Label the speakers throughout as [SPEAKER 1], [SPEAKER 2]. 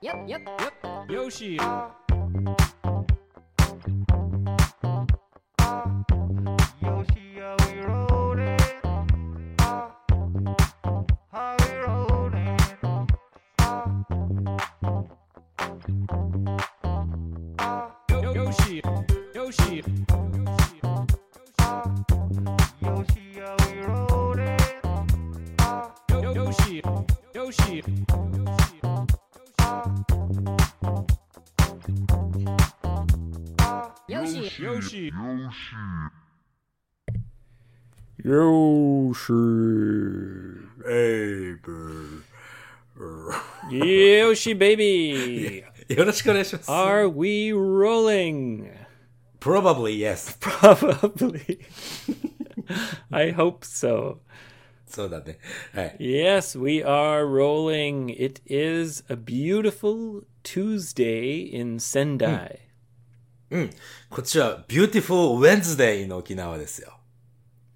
[SPEAKER 1] Yep, yep, yep.
[SPEAKER 2] Yoshi.
[SPEAKER 3] Yoshi, are we rolling? Are we rolling?
[SPEAKER 2] Yo- Yoshi. Yoshi.
[SPEAKER 3] Yoshi, are we rolling?
[SPEAKER 2] Yo- Yoshi. Yoshi.
[SPEAKER 1] Yoshi.
[SPEAKER 2] Yoshi.
[SPEAKER 4] Yoshi.
[SPEAKER 5] Abel.
[SPEAKER 4] Yoshi baby.
[SPEAKER 5] よろしくお願いします。
[SPEAKER 4] Are we rolling?
[SPEAKER 5] Probably yes.
[SPEAKER 4] Probably. I hope so.
[SPEAKER 5] そうだね。はい。
[SPEAKER 4] Yes, we are rolling. It is a beautiful Tuesday in Sendai.
[SPEAKER 5] こっちは Beautiful Wednesday の沖縄ですよ。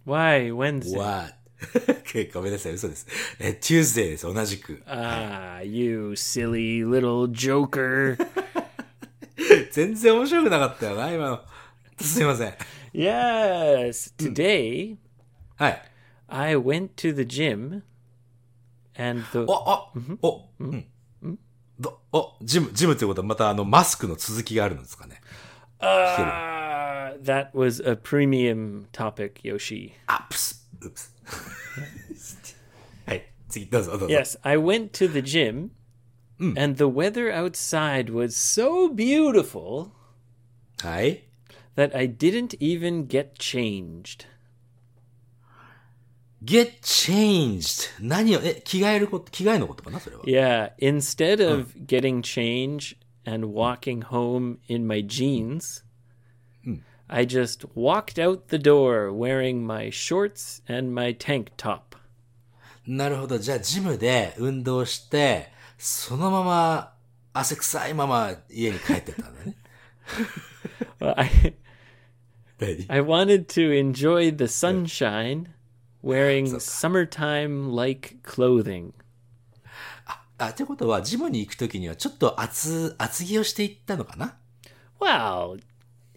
[SPEAKER 4] Why Wednesday?
[SPEAKER 5] What? ごめんなさい、嘘です。え、Tuesday です、同じ く。
[SPEAKER 4] Ah, you silly little joker.
[SPEAKER 5] 全然面白くなかったよな、今の。すいません。
[SPEAKER 4] yes, today
[SPEAKER 5] はい。
[SPEAKER 4] I went to the gym and the
[SPEAKER 5] お、お、お、うん。どお、ジム、ジムってことはまたあのマスクの続きがあるんですかね。
[SPEAKER 4] Ah, uh, that was a premium topic, Yoshi.
[SPEAKER 5] あ、プス、う プス。はい、次、どうぞ、どうぞ。
[SPEAKER 4] Yes, I went to the gym and the weather outside was so beautiful
[SPEAKER 5] はい。
[SPEAKER 4] that I didn't even get changed.
[SPEAKER 5] get changed. 何を、え、着替えること、着替えのことかな、それは。
[SPEAKER 4] Yeah, instead of getting change and walking home in my jeans, I just walked out the door wearing my shorts and my tank top.
[SPEAKER 5] なるほど。じゃあ、ジムで運動して、そのまま、汗臭いまま家に帰ってったんだね。
[SPEAKER 4] Well, I
[SPEAKER 5] 何
[SPEAKER 4] I wanted to enjoy the sunshine wearing summertime like clothing.
[SPEAKER 5] あ、ってことは、ジムに行くときには、ちょっと厚、厚着をしていったのかな
[SPEAKER 4] Well,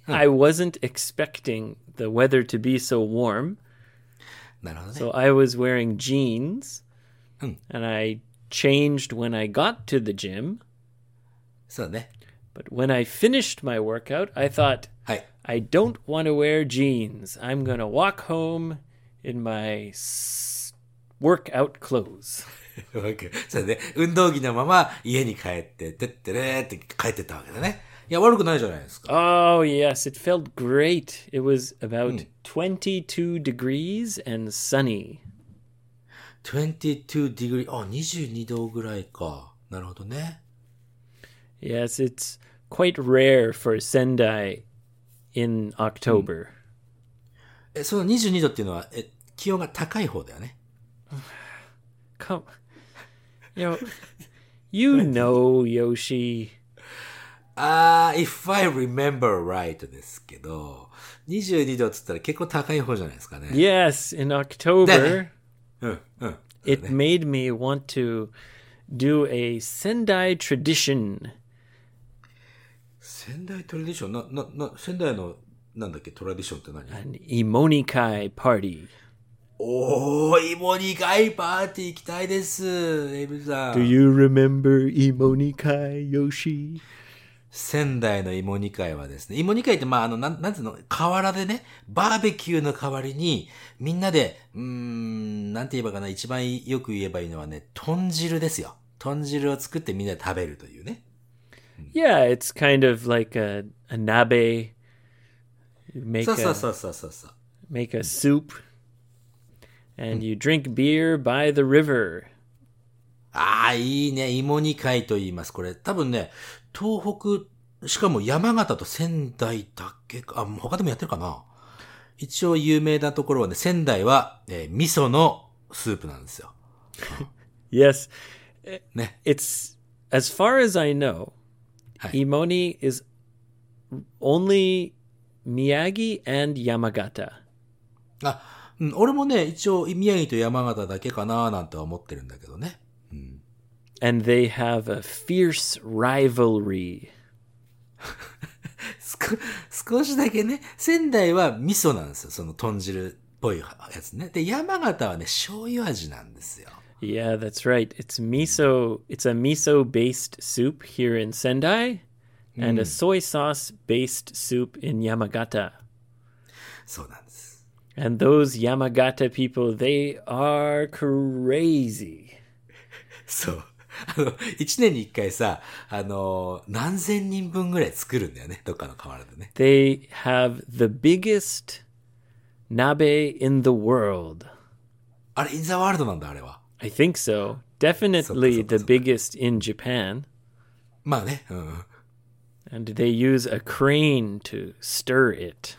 [SPEAKER 4] I wasn't expecting the weather to be so warm,
[SPEAKER 5] なるほどね。
[SPEAKER 4] so I was wearing jeans
[SPEAKER 5] Hmm.
[SPEAKER 4] and I changed when I got to the gym.
[SPEAKER 5] そうだね。
[SPEAKER 4] But when I finished my workout, I thought,
[SPEAKER 5] はい。
[SPEAKER 4] I don't want to wear jeans. I'm going to walk home in my s- workout clothes.
[SPEAKER 5] わかるそうだね。運動着のまま家に帰って、てってれーって帰ってったわけだね。いや、悪くないじゃないですか。
[SPEAKER 4] Oh, yes, it felt great. It was about 22 degrees and sunny.
[SPEAKER 5] 22 degree, あ、22度ぐらいか。なるほどね。
[SPEAKER 4] Yes, it's quite rare for Sendai in October.
[SPEAKER 5] え、その22度っていうのは、え、気温が高い方だよね。
[SPEAKER 4] Come. You know, you know, Yoshi.
[SPEAKER 5] あー、if I remember right ですけど、22度っつったら結構高い方じゃないですかね。
[SPEAKER 4] Yes, in October,
[SPEAKER 5] うん、うん。
[SPEAKER 4] it made me want to do a Sendai tradition.
[SPEAKER 5] 仙台トラディション、な、な、な、仙台の、なんだっけ、トラディションって何
[SPEAKER 4] An Imonikai party.
[SPEAKER 5] おー、イモニガイパーティー行きたいです、エイブさん。
[SPEAKER 4] Do you remember Imonikai, Yoshi?
[SPEAKER 5] 仙台の芋煮会はですね、芋煮会って、まあ、あの、なん、なんていうの、河原でね、バーベキューの代わりに、みんなで、うーん、なんて言えばいいかな、一番よく言えばいいのはね、豚汁ですよ。豚汁を作ってみんなで食べるというね。
[SPEAKER 4] Yeah, it's kind of like a, a nabe. You make
[SPEAKER 5] そうそう
[SPEAKER 4] a,
[SPEAKER 5] そうそうそうそう。
[SPEAKER 4] make a soup, and you drink beer by the river.
[SPEAKER 5] ああ、いいね。芋煮会と言います。これ、多分ね、東北、しかも山形と仙台だけか、あ、もう他でもやってるかな。一応有名なところはね、仙台は、えー味噌のスープなんですよ。
[SPEAKER 4] Yes,
[SPEAKER 5] ね。
[SPEAKER 4] it's as far as I know,
[SPEAKER 5] Hi.
[SPEAKER 4] Imoni is only Miyagi and Yamagata.
[SPEAKER 5] あ、うん、俺もね、一応、宮城と山形だけかなーなんては思ってるんだけどね。
[SPEAKER 4] and they have a fierce rivalry.
[SPEAKER 5] すこ少しだけね、仙台は味噌なんですよ。その豚汁っぽいやつね。で、山形はね、醤油味なんですよ。
[SPEAKER 4] Yeah, that's right. It's miso. It's a miso-based soup here in Sendai, and a soy sauce-based soup in Yamagata.
[SPEAKER 5] そうなんです。
[SPEAKER 4] And those Yamagata people, they are crazy.
[SPEAKER 5] そう。 あの、一年に一回さ、あの、何千人分ぐらい作るんだよね。どっかの河原でね。
[SPEAKER 4] They have the biggest nabe in the world.
[SPEAKER 5] あれ、インザワールドなんだ、あれは。
[SPEAKER 4] I think so. Definitely
[SPEAKER 5] Something,
[SPEAKER 4] the
[SPEAKER 5] something,
[SPEAKER 4] biggest in Japan.
[SPEAKER 5] まあね、うん。
[SPEAKER 4] And they use a crane to stir it.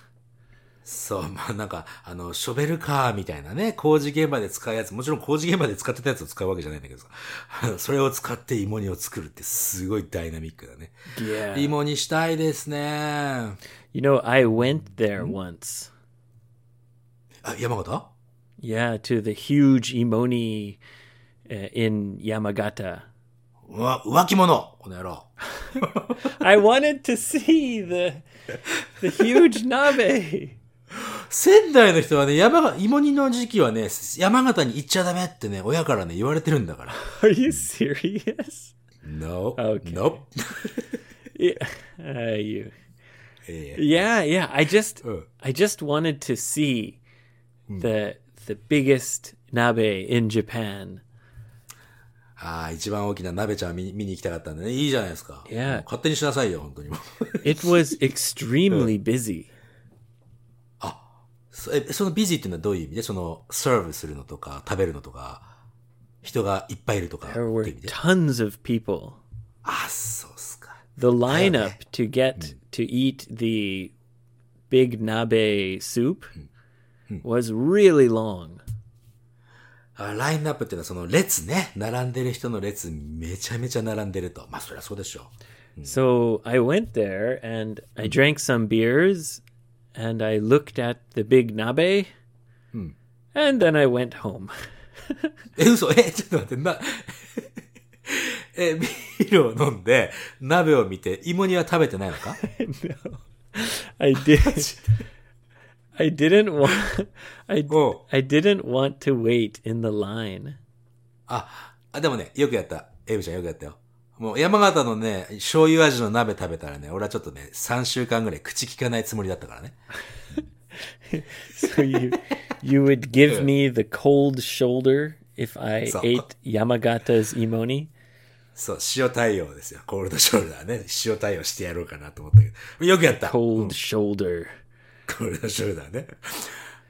[SPEAKER 5] そう、まあなんか、あの、ショベルカーみたいなね、工事現場で使うやつ、もちろん工事現場で使ってたやつを使うわけじゃないんだけどさ、 あのそれを使って芋煮を作るってすごいダイナミックだね。
[SPEAKER 4] Yeah.
[SPEAKER 5] 芋煮したいですね。あ、
[SPEAKER 4] You know, I went there once.
[SPEAKER 5] 山形
[SPEAKER 4] Yeah, to the huge Imoni uh, in Yamagata.
[SPEAKER 5] うわ、浮気者この野郎。
[SPEAKER 4] I wanted to see the the huge nabe.
[SPEAKER 5] 仙台の人はね、山が、芋煮の時期はね、山形に行っちゃダメってね、親からね、言われてるんだから。
[SPEAKER 4] Are you serious?
[SPEAKER 5] No.
[SPEAKER 4] Okay.
[SPEAKER 5] No.
[SPEAKER 4] Yeah, uh, you.
[SPEAKER 5] ええ
[SPEAKER 4] Yeah, yeah. I just
[SPEAKER 5] Oh.
[SPEAKER 4] I just wanted to see the the biggest nabe in Japan.
[SPEAKER 5] ああ、一番大きな鍋ちゃん見に見に行きたかったんでね。いいじゃないですか。
[SPEAKER 4] いや
[SPEAKER 5] もう勝手にしなさいよ、本当にもう。
[SPEAKER 4] It was extremely busy.
[SPEAKER 5] そえそのビジーっていうのはどういう意味でその、サーブするのとか、食べるのとか、人がいっぱいいるとか、って
[SPEAKER 4] There
[SPEAKER 5] いう
[SPEAKER 4] were
[SPEAKER 5] 意味で。
[SPEAKER 4] tons of people.
[SPEAKER 5] あ、そうっすか。
[SPEAKER 4] the lineup to get to eat the big nabe soup was really long.
[SPEAKER 5] あラインナップっていうのはその列ね。並んでる人の列、めちゃめちゃ並んでると。まあ、そりゃそう でしょ
[SPEAKER 4] So I went there and I drank some beers and I looked at the big nabe and then I went home.
[SPEAKER 5] う。え、嘘え、ちょっと待って、な、 え、ビールを飲んで、鍋を見て、芋煮は食べてないのか
[SPEAKER 4] I did I didn't want I, d-
[SPEAKER 5] Oh.
[SPEAKER 4] I didn't want to wait in the line.
[SPEAKER 5] あ、あ、でもね、よくやった。エブちゃんよくやったよ。もう山形のね、醤油味の鍋食べたらね、俺はちょっとね、3週間ぐらい口利かないつもりだったからね。
[SPEAKER 4] So you you would give me the cold shoulder if I
[SPEAKER 5] So-
[SPEAKER 4] ate Yamagata's imoni.
[SPEAKER 5] そう、塩対応ですよ。コールドショルダーね。塩対応してやろうかなと思ったけど。よくやった。コ
[SPEAKER 4] Cold shoulder.
[SPEAKER 5] ールドショルダーね。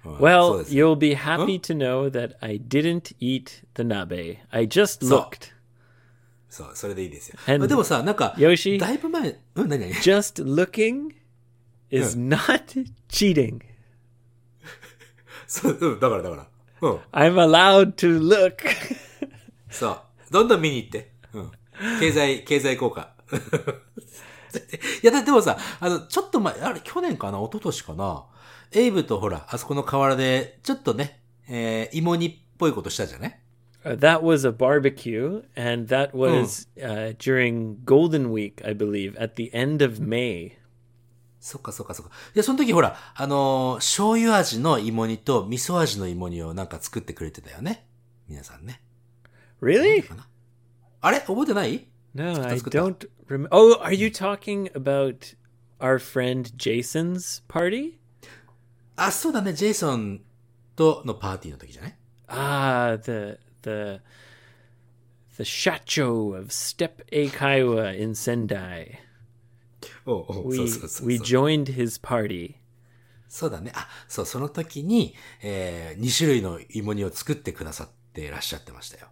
[SPEAKER 5] そう
[SPEAKER 4] Well,
[SPEAKER 5] ですよ
[SPEAKER 4] you'll be happy to know that I didn't eat the nabe. I just looked.
[SPEAKER 5] そう、それでいいですよ。
[SPEAKER 4] And-
[SPEAKER 5] まあでもさ、なんか、
[SPEAKER 4] よし
[SPEAKER 5] だいぶ前、うん、何何
[SPEAKER 4] Just looking is not cheating.
[SPEAKER 5] そう、うん、だからだから。うん。
[SPEAKER 4] I'm allowed to look.
[SPEAKER 5] そう。どんどん見に行って。うん。経済、 経済効果。いや、だでもさ、あの、ちょっと前、あれ、去年かな一昨年かなエイブとほら、あそこの河原で、ちょっとね、えー、芋煮っぽいことしたじゃない
[SPEAKER 4] Uh, that was a barbecue, and that
[SPEAKER 5] Hmm.
[SPEAKER 4] was uh, during Golden Week, I believe, at the end of May.
[SPEAKER 5] そっかそっかそっか。いや、その時ほら、あのー醤油味の芋煮と味噌味の芋煮をなんか作ってくれてたよね。皆さんね。
[SPEAKER 4] Really?
[SPEAKER 5] あれ覚えてない
[SPEAKER 4] No, I
[SPEAKER 5] Hmm. That's good.
[SPEAKER 4] don't remember. Oh, are you talking about our friend Jason's party?
[SPEAKER 5] あ、そうだね。ジェイソンとのパーティーの時じゃない
[SPEAKER 4] Ah, the the the shacho of Step Eikaiwa in Sendai.
[SPEAKER 5] おうおう
[SPEAKER 4] We
[SPEAKER 5] そうそうそうそう
[SPEAKER 4] we joined his party.
[SPEAKER 5] そうだね。あ、そう、その時に、えー、2種類の芋煮を作ってくださっていらっしゃってましたよ。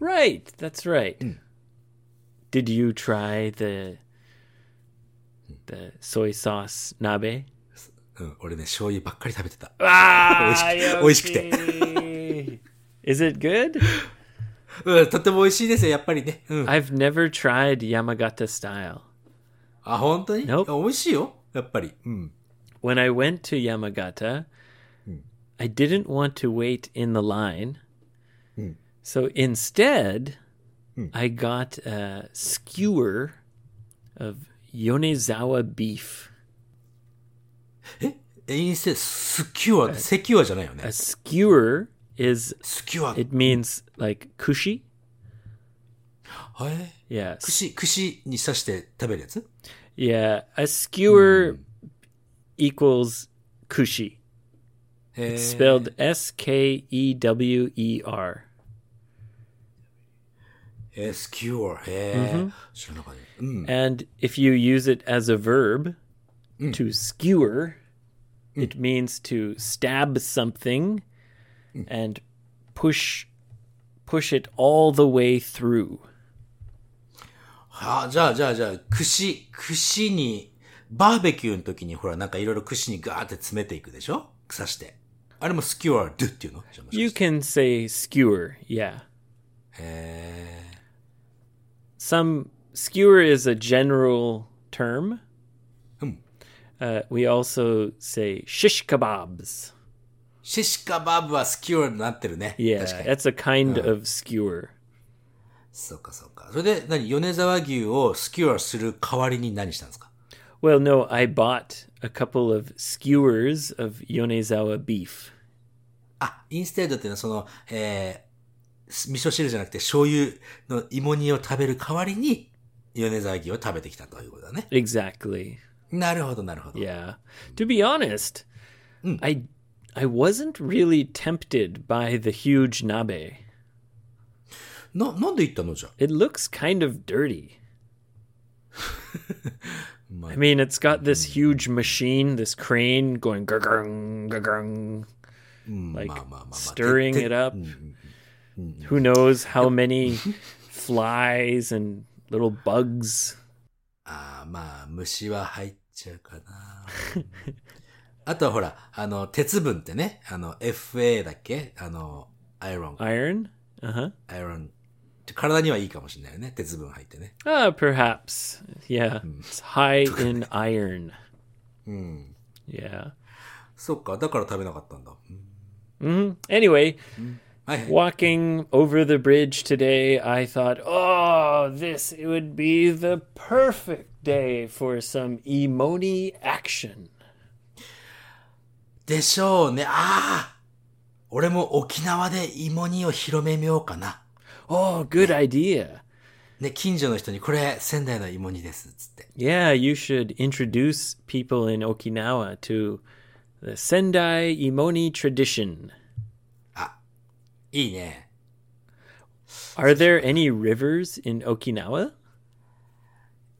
[SPEAKER 4] Right, that's right. Did you try the the soy sauce nabe?
[SPEAKER 5] うん、俺ね、醤油ばっかり食べてた。
[SPEAKER 4] Ah,
[SPEAKER 5] 美味しくて
[SPEAKER 4] Yoshi. Is it good?
[SPEAKER 5] うん、とっても美味しいですよ、やっぱりね。うん。
[SPEAKER 4] I've never tried Yamagata style.
[SPEAKER 5] あ、本当に、
[SPEAKER 4] Nope.
[SPEAKER 5] 美味しいよ、やっぱり。うん。
[SPEAKER 4] when I went to Yamagata, I didn't want to wait in the line. So instead, I got a skewer of Yonezawa beef.
[SPEAKER 5] え、インセ、スキュア、セキュアじゃないよね
[SPEAKER 4] A。skewer is
[SPEAKER 5] スキュア。
[SPEAKER 4] it means like kushi.
[SPEAKER 5] え
[SPEAKER 4] Yeah. s-
[SPEAKER 5] 串、串に刺して食べるやつ
[SPEAKER 4] Yeah, a skewer
[SPEAKER 5] Hmm.
[SPEAKER 4] equals kushi.
[SPEAKER 5] えー
[SPEAKER 4] Spelled S K E W E R.
[SPEAKER 5] えースキュア。えー知らなかった。うん。
[SPEAKER 4] And if you use it as a verb to skewer, it means to stab something and push push it all the way through.
[SPEAKER 5] はあ、じゃあ、じゃあ、じゃあ、串、串に、バーベキューの時に、ほら、なんかいろいろ串にガーって詰めていくでしょ刺して。あれもスキュアドゥっていうのじゃあもしか
[SPEAKER 4] You
[SPEAKER 5] して
[SPEAKER 4] can say skewer, yeah.
[SPEAKER 5] へー
[SPEAKER 4] Some skewer is a general term. Uh, we also say shish kebabs.
[SPEAKER 5] シシカバブはスキュアになってるね。
[SPEAKER 4] Yeah,
[SPEAKER 5] 確かに。
[SPEAKER 4] that's a kind of skewer.
[SPEAKER 5] そうかそうか。それで、何米沢牛をスキュアする代わりに何したんですか
[SPEAKER 4] Well, no, I bought a couple of skewers of Yonezawa beef.
[SPEAKER 5] あ、インステードっていうのはその、えー、す味噌汁じゃなくて醤油の芋煮を食べる代わりに、米沢牛を食べてきたということだね。
[SPEAKER 4] Exactly.
[SPEAKER 5] なるほど、なるほど。
[SPEAKER 4] Yeah. To be honest, I I wasn't really tempted by the huge nabe.
[SPEAKER 5] な、なんで言ったのじゃあ
[SPEAKER 4] It looks kind of dirty. I mean, it's got this huge machine, this crane going gurgung, gurgung, like
[SPEAKER 5] ma- ma- ma-
[SPEAKER 4] stirring
[SPEAKER 5] te- te-
[SPEAKER 4] it up. Who knows how many flies and little bugs.
[SPEAKER 5] あーまあ、虫は入っちゃうか な。あとはほら、あの、鉄分ってね、あの、FA だっけあの、アイロン、
[SPEAKER 4] Iron? Uh huh.
[SPEAKER 5] アイロン。体にはいいかもしれないよね。鉄分入ってね。
[SPEAKER 4] Ah, perhaps. Yeah. It's high in iron. Yeah.
[SPEAKER 5] そっか、だから食べなかったんだ。う
[SPEAKER 4] Mm-hmm.
[SPEAKER 5] ん
[SPEAKER 4] Anyway,
[SPEAKER 5] はいはい。
[SPEAKER 4] walking over the bridge today, I thought, oh, this would be the perfect day for some emoni action.
[SPEAKER 5] でしょうね。ああ俺も沖縄で芋煮を広めようかな。
[SPEAKER 4] Oh, good idea.
[SPEAKER 5] ね、近所の人に、これ、仙台の芋煮です。つって。
[SPEAKER 4] Yeah, you should introduce people in Okinawa to the Sendai emoni tradition.
[SPEAKER 5] いいね。
[SPEAKER 4] Are there any rivers in Okinawa?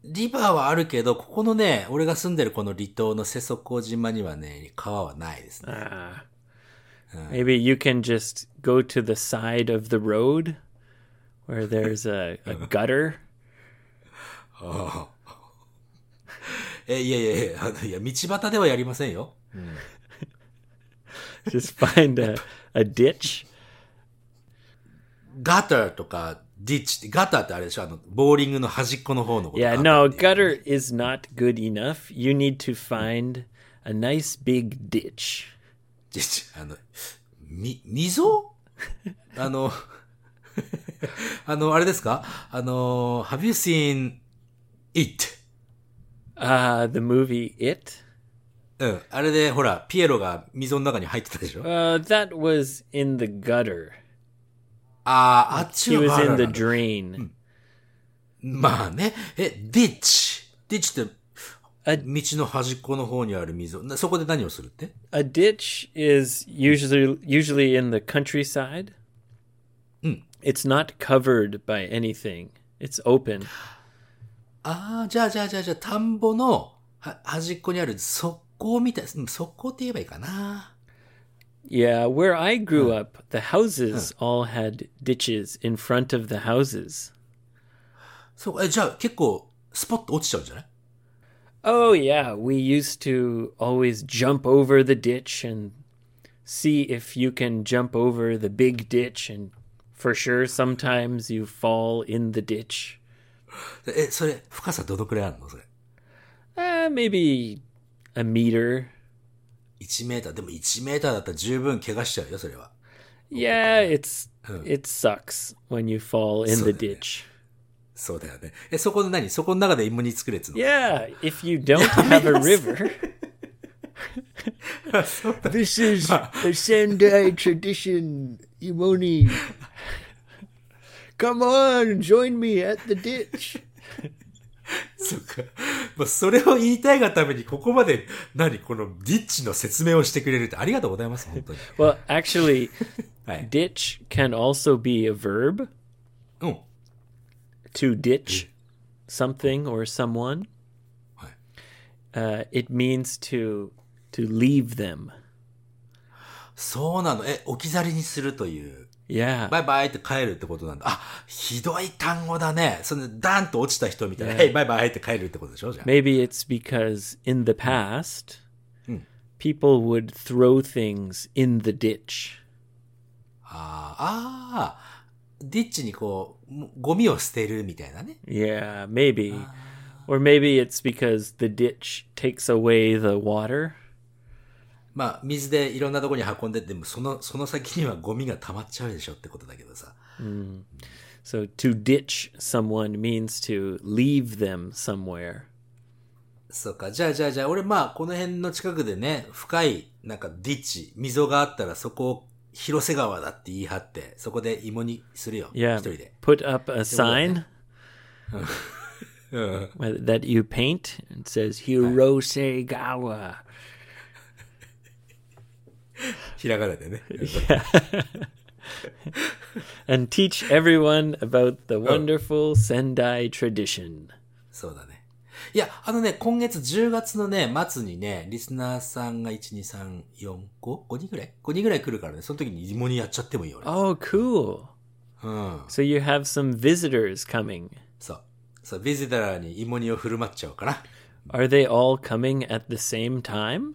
[SPEAKER 5] リバーはあるけど、ここのね、俺が住んでるこの離島の瀬底島にはね、川はないですね。
[SPEAKER 4] Ah. Maybe you can just go to the side of the road where there's a, a gutter.
[SPEAKER 5] え、いやいやいや、あのいや、道端ではやりませんよ。
[SPEAKER 4] Just find a, a ditch.
[SPEAKER 5] ガターとか、ディッチって、ガターってあれでしょあの、ボーリングの端っこの方のこと。
[SPEAKER 4] Yeah,
[SPEAKER 5] ガター
[SPEAKER 4] no,
[SPEAKER 5] っていう
[SPEAKER 4] gutter is not good enough. You need to find a nice big ditch.
[SPEAKER 5] ディッチあの、み、溝あの、 あの、あれですかあの、Have you seen it?
[SPEAKER 4] Ah, the movie It?
[SPEAKER 5] うん。あれで、ほら、ピエロが溝の中に入ってたでしょあ
[SPEAKER 4] Uh, that was in the gutter.
[SPEAKER 5] あー、あっち
[SPEAKER 4] He
[SPEAKER 5] の
[SPEAKER 4] was
[SPEAKER 5] ガター
[SPEAKER 4] in
[SPEAKER 5] なんだ
[SPEAKER 4] the drain.
[SPEAKER 5] まあね。え、ディッチ。ディッチって、
[SPEAKER 4] あ
[SPEAKER 5] 道の端っこの方にある溝。なそこで何をするって
[SPEAKER 4] A ditch is usually usually in the countryside. It's not covered by anything. It's open.
[SPEAKER 5] ああ、じゃあじゃあじゃあじゃあ、田んぼのは端っこにある側溝みたい。うん側溝って言えばいいかな。
[SPEAKER 4] Yeah, where I grew up, the houses all had ditches in front of the houses.
[SPEAKER 5] そう、え、じゃあ結構、スポッと落ちちゃうんじゃない
[SPEAKER 4] Oh yeah, we used to always jump over the ditch and see if you can jump over the big ditch and for sure sometimes you fall in the ditch.
[SPEAKER 5] え、それ、深さどのくらいあるのそれ。
[SPEAKER 4] Uh, maybe a meter
[SPEAKER 5] 1メーター。でも1メーターだったら十分怪我しちゃうよ、それは。
[SPEAKER 4] Yeah, it's it sucks when you fall in the ditch.
[SPEAKER 5] そうだよね。え、そこの何そこの中で芋煮作れっつうの
[SPEAKER 4] Yeah, if you don't have a river.
[SPEAKER 5] そう
[SPEAKER 4] This is a Sendai tradition, Imoni. Come on, join me at the ditch.
[SPEAKER 5] そうか。まあ、それを言いたいがために、ここまで、何このディッチの説明をしてくれるって、ありがとうございます、本当に。
[SPEAKER 4] Well, actually,
[SPEAKER 5] はい。
[SPEAKER 4] ditch can also be a verb
[SPEAKER 5] うん。
[SPEAKER 4] to ditch something or someone.
[SPEAKER 5] What?
[SPEAKER 4] Uh, it means to to leave them.
[SPEAKER 5] そうなの。え、置き去りにするという。
[SPEAKER 4] Yeah.
[SPEAKER 5] バイバイって帰るってことなんだ。あ、ひどい単語だね。そのダンと落ちた人みたいな。
[SPEAKER 4] ね
[SPEAKER 5] へい、バイバイって帰るってことでしょじゃあ。
[SPEAKER 4] Maybe it's because in the past,
[SPEAKER 5] Mm.
[SPEAKER 4] people would throw things in the ditch.
[SPEAKER 5] あーあー、ディッチにこう、もゴミを捨てるみたいなね。
[SPEAKER 4] Yeah, maybe. Or maybe it's because the ditch takes away the water.
[SPEAKER 5] まあ、水でいろんなとこに運んでっても、その、その先にはゴミが溜まっちゃうでしょってことだけどさ。
[SPEAKER 4] So to ditch someone means to leave them somewhere.
[SPEAKER 5] そうか。じゃあじゃあじゃあ、俺まあ、この辺の近くでね、深い、なんかディッチ、溝があったらそこを広瀬川だって言い張って、そこで芋にするよ。
[SPEAKER 4] Yeah.
[SPEAKER 5] 一人で。
[SPEAKER 4] Put up a sign uh,
[SPEAKER 5] うん。
[SPEAKER 4] that you paint and says Hirosegawa.
[SPEAKER 5] ひらがなでね。
[SPEAKER 4] And teach everyone about the wonderful Sendai tradition.
[SPEAKER 5] そうだね。いや、あのね、今月10月のね、末にね、リスナーさんが1、2、3、4、5、5人ぐらい ?5 人ぐらい来るからね、その時に芋にやっちゃってもいいよ、俺。
[SPEAKER 4] Oh, cool.
[SPEAKER 5] うん。
[SPEAKER 4] So you have some visitors coming.
[SPEAKER 5] そう。そう、ビジターに芋煮を振る舞っちゃおうかな。
[SPEAKER 4] Are they all coming at the same time?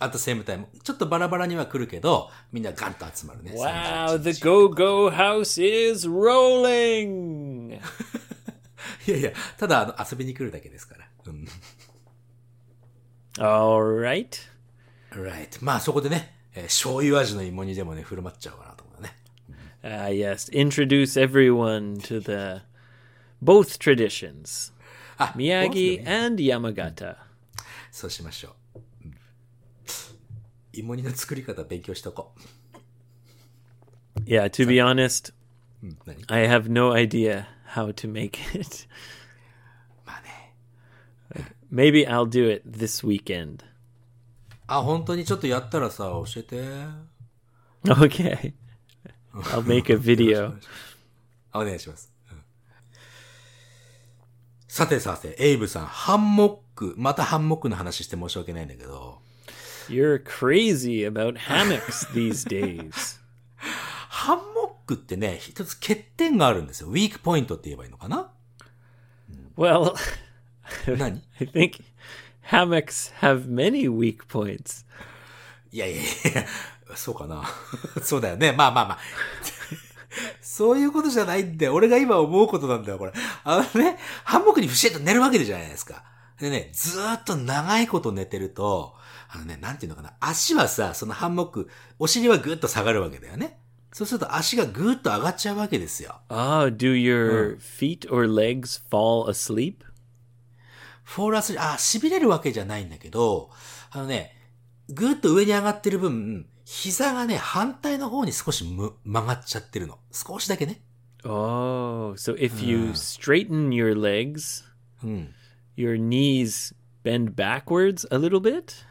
[SPEAKER 5] あとセームタイム。ちょっとバラバラには来るけど、みんなガンと集まるね。
[SPEAKER 4] Wow,
[SPEAKER 5] 31
[SPEAKER 4] the Go Go House is rolling.
[SPEAKER 5] いやいや、ただあの遊びに来るだけですから。うん。
[SPEAKER 4] All right.
[SPEAKER 5] right. まあそこでね、えー醤油味の芋煮でもね、振る舞っちゃおうかなと思うね。
[SPEAKER 4] Ah, yes. Introduce everyone to the both traditions,
[SPEAKER 5] あ、
[SPEAKER 4] Miyagi
[SPEAKER 5] どうする
[SPEAKER 4] and Yamagata.
[SPEAKER 5] そうしましょう。うん芋煮の作り方勉強しとこ
[SPEAKER 4] Yeah, to be honest,
[SPEAKER 5] う。うん、何
[SPEAKER 4] I have no idea how to make it.
[SPEAKER 5] まあね。
[SPEAKER 4] Maybe I'll do it this weekend.
[SPEAKER 5] あ、本当にちょっとやったらさ、教えて。
[SPEAKER 4] Okay. I'll make a video.
[SPEAKER 5] あお願いします。うんさてさて、エイブさん、ハンモック、またハンモックの話して申し訳ないんだけど、
[SPEAKER 4] You're crazy about hammocks these days.
[SPEAKER 5] ハンモックってね、一つ欠点があるんですよ。ウィークポイントって言えばいいのかな
[SPEAKER 4] Well,
[SPEAKER 5] 何
[SPEAKER 4] I think hammocks have many weak points.
[SPEAKER 5] いやいやいや、そうかな。そうだよね。まあまあまあ。そういうことじゃないんだよ。俺が今思うことなんだよ、これ。あのね、ハンモックにふしっと寝るわけじゃないですか。でね、ずーっと長いこと寝てると、あのね、なんていうのかな。足はさ、そのハンモック、お尻はぐーっと下がるわけだよね。そうすると足がぐーっと上がっちゃうわけですよ。
[SPEAKER 4] Ah, do your feet or legs fall asleep?
[SPEAKER 5] フォールアスリあ、痺れるわけじゃないんだけど、あのね、ぐーっと上に上がってる分、膝がね、反対の方に少しむ曲がっちゃってるの。少しだけね。
[SPEAKER 4] Oh, so if you straighten your legs,
[SPEAKER 5] うん。
[SPEAKER 4] your knees bend backwards a little bit?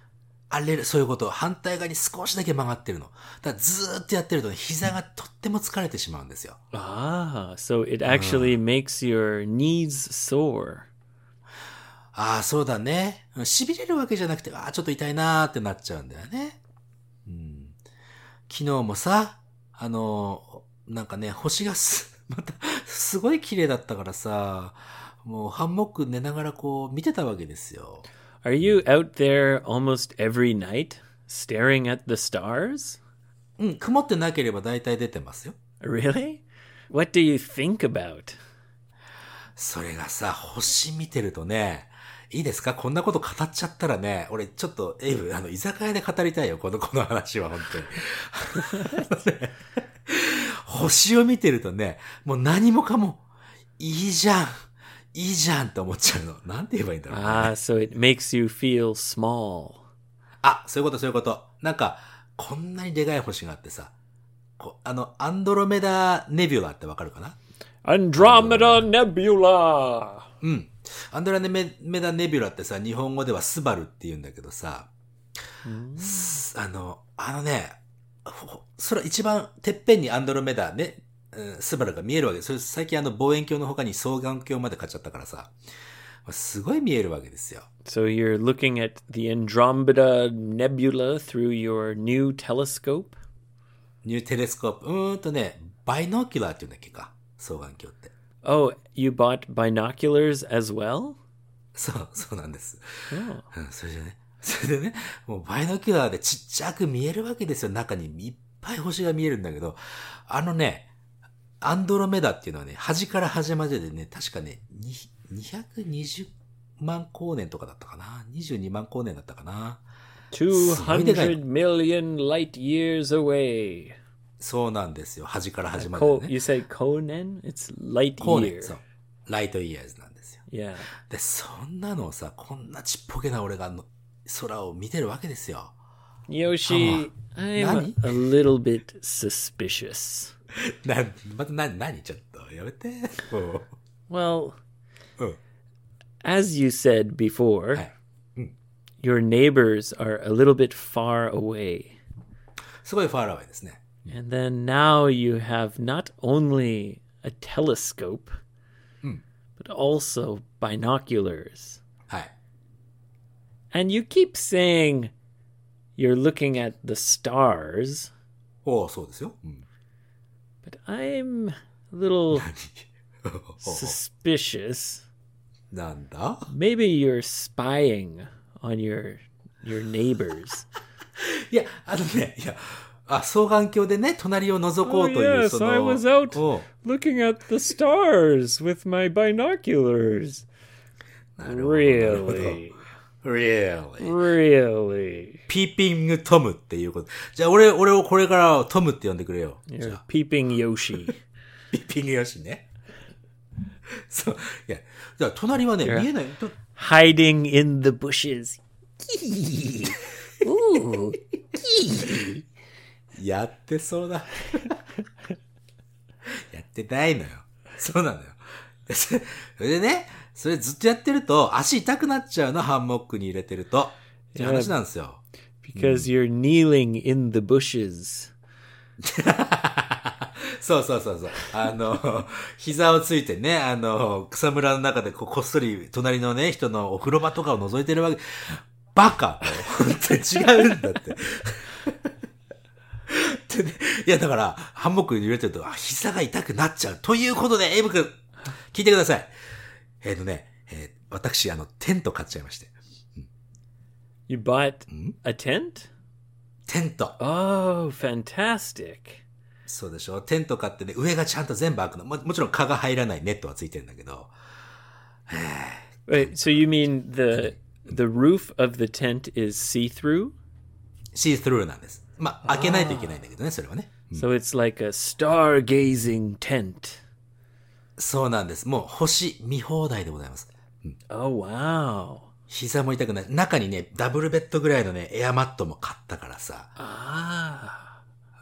[SPEAKER 5] あれ、そういうこと。反対側に少しだけ曲がってるの。だからずーっとやってるとね、膝がとっても疲れてしまうんですよ。
[SPEAKER 4] Ah, so it actually makes your knees sore.
[SPEAKER 5] ああ、そうだね。うん痺れるわけじゃなくて、ああ、ちょっと痛いなーってなっちゃうんだよね。うん。昨日もさ、あのー、なんかね、星がす、 また、すごい綺麗だったからさ、もうハンモック寝ながらこう見てたわけですよ。
[SPEAKER 4] Are you out there almost every night staring at the stars?
[SPEAKER 5] うん、曇ってなければ大体出てますよ。
[SPEAKER 4] Really? What do you think about?
[SPEAKER 5] それがさ、星見てるとね、いいですかこんなこと語っちゃったらね、俺ちょっと、エイブ、あの、居酒屋で語りたいよ、この、この話は、本当に。あのね星を見てるとね、もう何もかも、いいじゃんいいじゃんって思っちゃうの。なんて言えばいいんだろう。
[SPEAKER 4] Ah, so it makes you feel small.
[SPEAKER 5] あ、そういうこと、そういうこと。なんか、こんなにでかい星があってさ、こあの、アンドロメダネビュラってわかるかな
[SPEAKER 4] Andromeda Nebula.
[SPEAKER 5] うん。アンドロメメダネビュラってさ、日本語ではスバルって言うんだけどさ、すあの、あのね、ほそれ一番てっぺんにアンドロメダね、うんスバルが見えるわけです。それ最近あの望遠鏡の他に双眼鏡まで買っちゃったからさ、すごい見えるわけですよ。
[SPEAKER 4] So you're looking at the Andromeda Nebula through your new telescope?
[SPEAKER 5] ニューテレスコープ。うーんとね、バイノーキュラーって言うんだっけか。双眼鏡って。
[SPEAKER 4] Oh, you bought binoculars as well?
[SPEAKER 5] そう、そうなんです。
[SPEAKER 4] Oh.
[SPEAKER 5] うん、それじゃね。 それでね、もうバイノキュラーでちっちゃく見えるわけですよ。中にいっぱい星が見えるんだけど、あのね、アンドロメダっていうのはね、端から端まででね、確かね、に220万光年とかだったかな。22万光年だったかな。
[SPEAKER 4] 200 million light years away.
[SPEAKER 5] そうなんですよ。端から端まで
[SPEAKER 4] Co-
[SPEAKER 5] でね。
[SPEAKER 4] you say Conan? It's light
[SPEAKER 5] 光
[SPEAKER 4] year.
[SPEAKER 5] 年、そう。ライトイヤーズなんですよ。
[SPEAKER 4] Yeah.
[SPEAKER 5] で、そんなのをさ、こんなちっぽけな俺があの空を見てるわけですよ。
[SPEAKER 4] Yoshi, I'm
[SPEAKER 5] Nani?
[SPEAKER 4] a little bit suspicious.
[SPEAKER 5] な、またな、何ちょっと、やめて。も
[SPEAKER 4] Well,
[SPEAKER 5] う。うん。
[SPEAKER 4] as you said before,
[SPEAKER 5] Hi.
[SPEAKER 4] your neighbors are a little bit far away.
[SPEAKER 5] すごいファーラーウェイですね。
[SPEAKER 4] And then now you have not only a telescope, but also binoculars.
[SPEAKER 5] はい。
[SPEAKER 4] And you keep saying you're looking at the stars,
[SPEAKER 5] おお、そうですよ。 うん。
[SPEAKER 4] but I'm a little
[SPEAKER 5] おう
[SPEAKER 4] suspicious.
[SPEAKER 5] なんだ
[SPEAKER 4] Maybe you're spying on your your neighbors.
[SPEAKER 5] いや、あのね、いや、あ、双眼鏡でね、隣を覗こうという、
[SPEAKER 4] Oh, yes,
[SPEAKER 5] その。
[SPEAKER 4] I was out.
[SPEAKER 5] おう
[SPEAKER 4] Looking at the stars with my binoculars.
[SPEAKER 5] なるほど。
[SPEAKER 4] Really?
[SPEAKER 5] Really?
[SPEAKER 4] Really?
[SPEAKER 5] ピーピングトムっていうこと。じゃあ、俺、俺をこれからはトムって呼んでくれよ。じゃ
[SPEAKER 4] You're
[SPEAKER 5] あ
[SPEAKER 4] peeping Yoshi.
[SPEAKER 5] ピーピングよしね。そう。いや、じゃあ、隣はね、
[SPEAKER 4] や
[SPEAKER 5] 見えない。と
[SPEAKER 4] Hiding in the bushes.
[SPEAKER 5] やってそうだ。 やってないのよ。そうなのよ。でそそれでね、それずっとやってると、足痛くなっちゃうの、ハンモックに入れてると。って話なんですよ。
[SPEAKER 4] Because you're kneeling in the bushes.
[SPEAKER 5] そうそうそうそう。あの、 膝をついてね、あの、草むらの中でこうこっそり隣のね、人のお風呂場とかを覗いてるわけ。バカ本当に違うんだって。 でねいや、だから、ハンモックに揺れてると、あ、膝が痛くなっちゃう。ということで、エイブ君、聞いてください。えっ、とね、えー私、あの、テント買っちゃいまして。
[SPEAKER 4] You bought a tent?
[SPEAKER 5] テント。
[SPEAKER 4] Hmm? Oh, fantastic.
[SPEAKER 5] そうでしょテント買ってね、上がちゃんと全部開くの。ももちろん蚊が入らないネットはついてるんだけど。
[SPEAKER 4] Wait, so you mean the the roof of the tent is see-through?
[SPEAKER 5] シースルーなんです。まあ、開けないといけないんだけどね、それはね。
[SPEAKER 4] So it's like a stargazing tent.
[SPEAKER 5] そうなんです。もう星見放題でございます。
[SPEAKER 4] Oh wow.
[SPEAKER 5] 膝も痛くない。中にね、ダブルベッドぐらいのね、エアマットも買ったからさ。
[SPEAKER 4] Ah.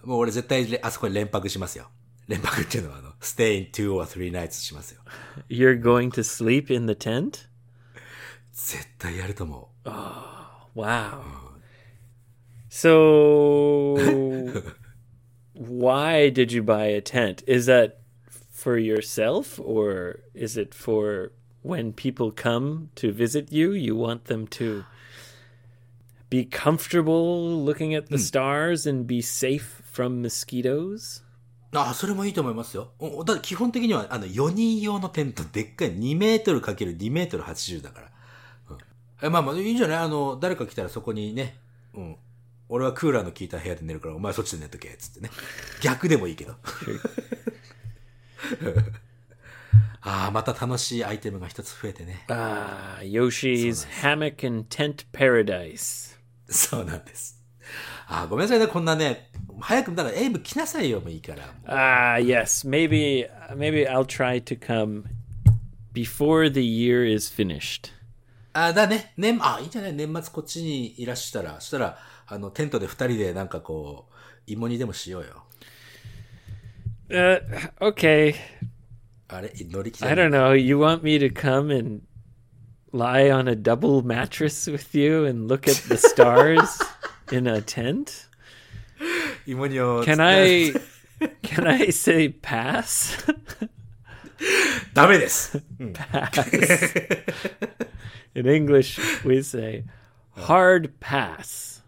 [SPEAKER 5] もう俺絶対れ、あそこに連泊しますよ。連泊っていうのは、あの、stay in two or three nights しますよ。
[SPEAKER 4] You're going to sleep in the tent?
[SPEAKER 5] 絶対やると思う。
[SPEAKER 4] Wow. So why did you buy a tent? Is that for yourself or is it for when people come to visit you, you want them to be comfortable looking at the stars and be safe from mosquitoes?
[SPEAKER 5] あ、それもいいと思いますよ。おだって基本的には、あの、4人用のテント、でっかい2メートル ×2 メートル80だから。うん、えまあまあ、いいんじゃないあの、誰か来たらそこにね、うん。俺はクーラーの効いた部屋で寝るから、お前そっちで寝とけ、つってね。逆でもいいけど。 ああ、また楽しいアイテムが一つ増えてね。
[SPEAKER 4] Ah, Yoshi's hammock and tent paradise.
[SPEAKER 5] そうなんです。ああ、ごめんなさいね、こんなね。早く、だからエイブ来なさいよ、もういいから。
[SPEAKER 4] Ah, yes. Maybe maybe I'll try to come before the year is finished.
[SPEAKER 5] あ、だね。年、あ、いいんじゃない年末こっちにいらしたら、そしたら、あの、テントで二人でなんかこう、芋煮でもしようよ。
[SPEAKER 4] Uh, okay.
[SPEAKER 5] あれ乗り気じゃ
[SPEAKER 4] I
[SPEAKER 5] ない
[SPEAKER 4] don't know. You want me to come and lie on a double mattress with you and look at the stars in a tent?
[SPEAKER 5] 芋煮を。
[SPEAKER 4] Can I can I say pass?
[SPEAKER 5] ダメです。
[SPEAKER 4] pass. In English, we say hard pass.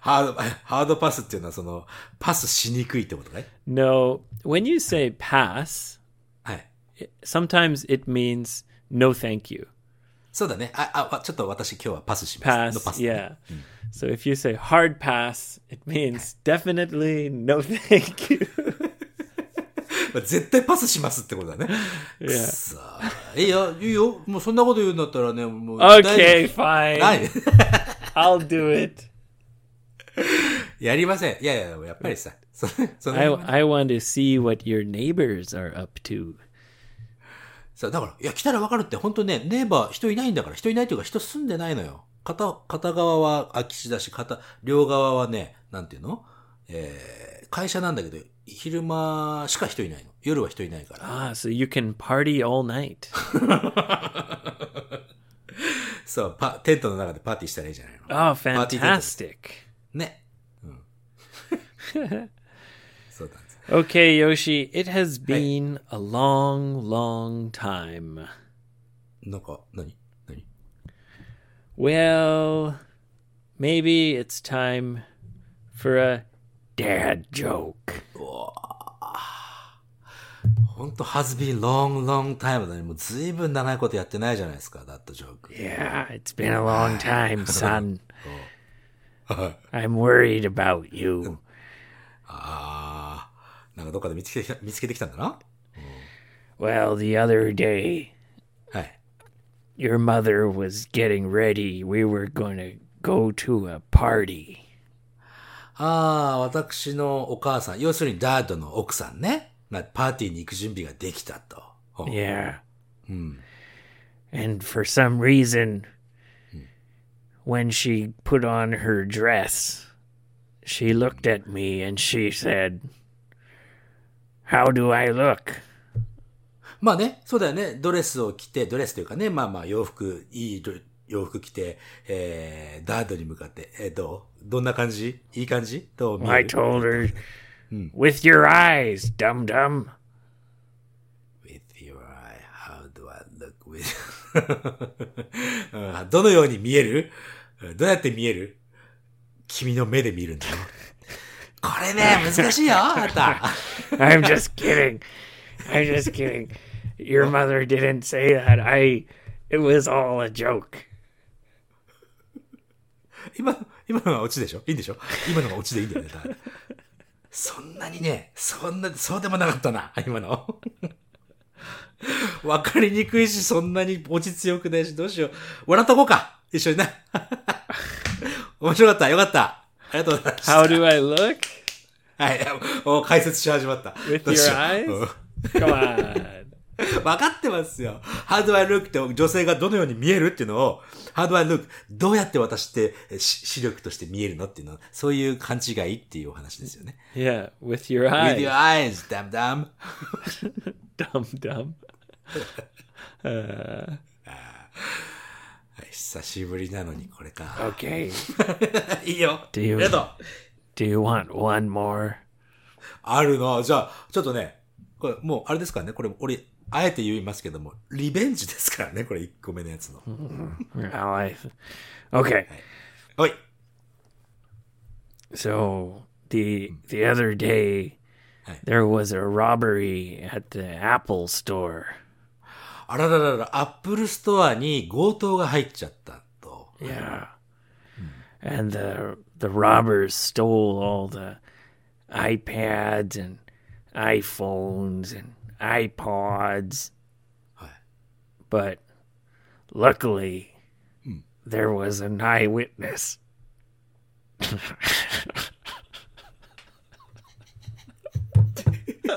[SPEAKER 5] ハード、ハードパスっていうのはその、パスしにくいってことね。
[SPEAKER 4] No, when you say pass,
[SPEAKER 5] はい。
[SPEAKER 4] sometimes it means no thank you.
[SPEAKER 5] そうだね。あ、あわ、ちょっと私今日はパスしま
[SPEAKER 4] Pass.
[SPEAKER 5] す。のパスね
[SPEAKER 4] yeah. So if you say hard pass, it means definitely no thank you.
[SPEAKER 5] まあ絶対パスしますってことだね。
[SPEAKER 4] Yeah.
[SPEAKER 5] さあ、いいよ、いいよ。もうそんなこと言うんだったらね、もう。
[SPEAKER 4] Okay, fine.
[SPEAKER 5] 大丈夫ない。
[SPEAKER 4] I'll do it.
[SPEAKER 5] やりません。いやいや、やっぱりさ。そそ の
[SPEAKER 4] I I want to see what your neighbors are up to.
[SPEAKER 5] そうだから、いや、来たらわかるって、本当ね、ネイバー人いないんだから、人いないというか人住んでないのよ。片、片側は空き地だし、片、両側はね、なんていうのえー、会社なんだけど、昼間しか人いないの。夜は人いないか
[SPEAKER 4] Ah,
[SPEAKER 5] ら。
[SPEAKER 4] so you can party all night.
[SPEAKER 5] そう、パ、テントの中でパーティーしたらいいじゃないの。
[SPEAKER 4] Oh,
[SPEAKER 5] ーティーテント
[SPEAKER 4] fantastic.
[SPEAKER 5] ね。うん。そうなんです。
[SPEAKER 4] Okay, Yoshi, it has been a long, long time.
[SPEAKER 5] なんか、何何
[SPEAKER 4] Well, maybe it's time for a dad joke.
[SPEAKER 5] ほんと、has been long, long time だね。もうずいぶん長いことやってないじゃないですか、だったジョーク。
[SPEAKER 4] Yeah, it's been a long time, son.
[SPEAKER 5] はい。
[SPEAKER 4] I'm worried about you.
[SPEAKER 5] あー、なんかどっかで見つけてきた、見つけてきたんだな。
[SPEAKER 4] Well, the other day,
[SPEAKER 5] はい。
[SPEAKER 4] your mother was getting ready. We were going to go to a party.
[SPEAKER 5] あー、私のお母さん、要するにダードの奥さんね。まあ、パーティーに行く準備ができたと。ほう
[SPEAKER 4] Yeah. And for some reason, when she put on her dress, she looked at me and she said, How do I look?
[SPEAKER 5] まあね、そうだよね。ドレスを着て、ドレスというかね、まあまあ洋服、いいど洋服着て、えー、ダードに向かって、えー、どうどんな感じいい感じどう見
[SPEAKER 4] I
[SPEAKER 5] え る
[SPEAKER 4] told her, With your eyes, dum dum.
[SPEAKER 5] ?With your eye, how do I look with... うんどのように見えるうんどうやって見える君の目で見るんだよ。これね、難しいよ、あなた。
[SPEAKER 4] I'm just kidding. I'm just kidding. Your mother didn't say that. I. It was all a joke.
[SPEAKER 5] 今、今のはオチでしょいいんでしょ今のがオチでいいんだよね。だからそんなにね、そんな、そうでもなかったな、今の。 わかりにくいし、そんなにオチ強くないし、どうしよう。笑っとこうか一緒にな。 面白かった、よかった。ありがとうございました。
[SPEAKER 4] How do I look?
[SPEAKER 5] はい、 お解説し始まった。
[SPEAKER 4] With
[SPEAKER 5] どうし
[SPEAKER 4] your
[SPEAKER 5] よ
[SPEAKER 4] eyes?
[SPEAKER 5] ううん
[SPEAKER 4] Come on.
[SPEAKER 5] わかってますよ。How do I look って女性がどのように見えるっていうのを、How do I look? どうやって私ってえし視力として見えるのっていうの、そういう勘違いっていうお話ですよね。
[SPEAKER 4] Yeah, with your eyes.
[SPEAKER 5] With your eyes, damn damn.
[SPEAKER 4] Dumb dumb.
[SPEAKER 5] はい久しぶりなのにこれか。
[SPEAKER 4] Okay.
[SPEAKER 5] いいよ。
[SPEAKER 4] Do you
[SPEAKER 5] えっと、
[SPEAKER 4] do you want one more?
[SPEAKER 5] あるな。じゃあ、ちょっとね、これもうあれですからね、これ俺、あえて言いますけども、リベンジですからね、これ1個目のやつの。
[SPEAKER 4] Well, I, okay.
[SPEAKER 5] はい。
[SPEAKER 4] So the the other day
[SPEAKER 5] Hi.
[SPEAKER 4] there was a robbery at the Apple store.
[SPEAKER 5] あらららら、アップルストアに強盗が入っちゃったと。
[SPEAKER 4] Yeah. And the the robbers stole all the iPads and iPhones and iPods.
[SPEAKER 5] Hi.
[SPEAKER 4] But luckily there was an eyewitness.
[SPEAKER 5] あ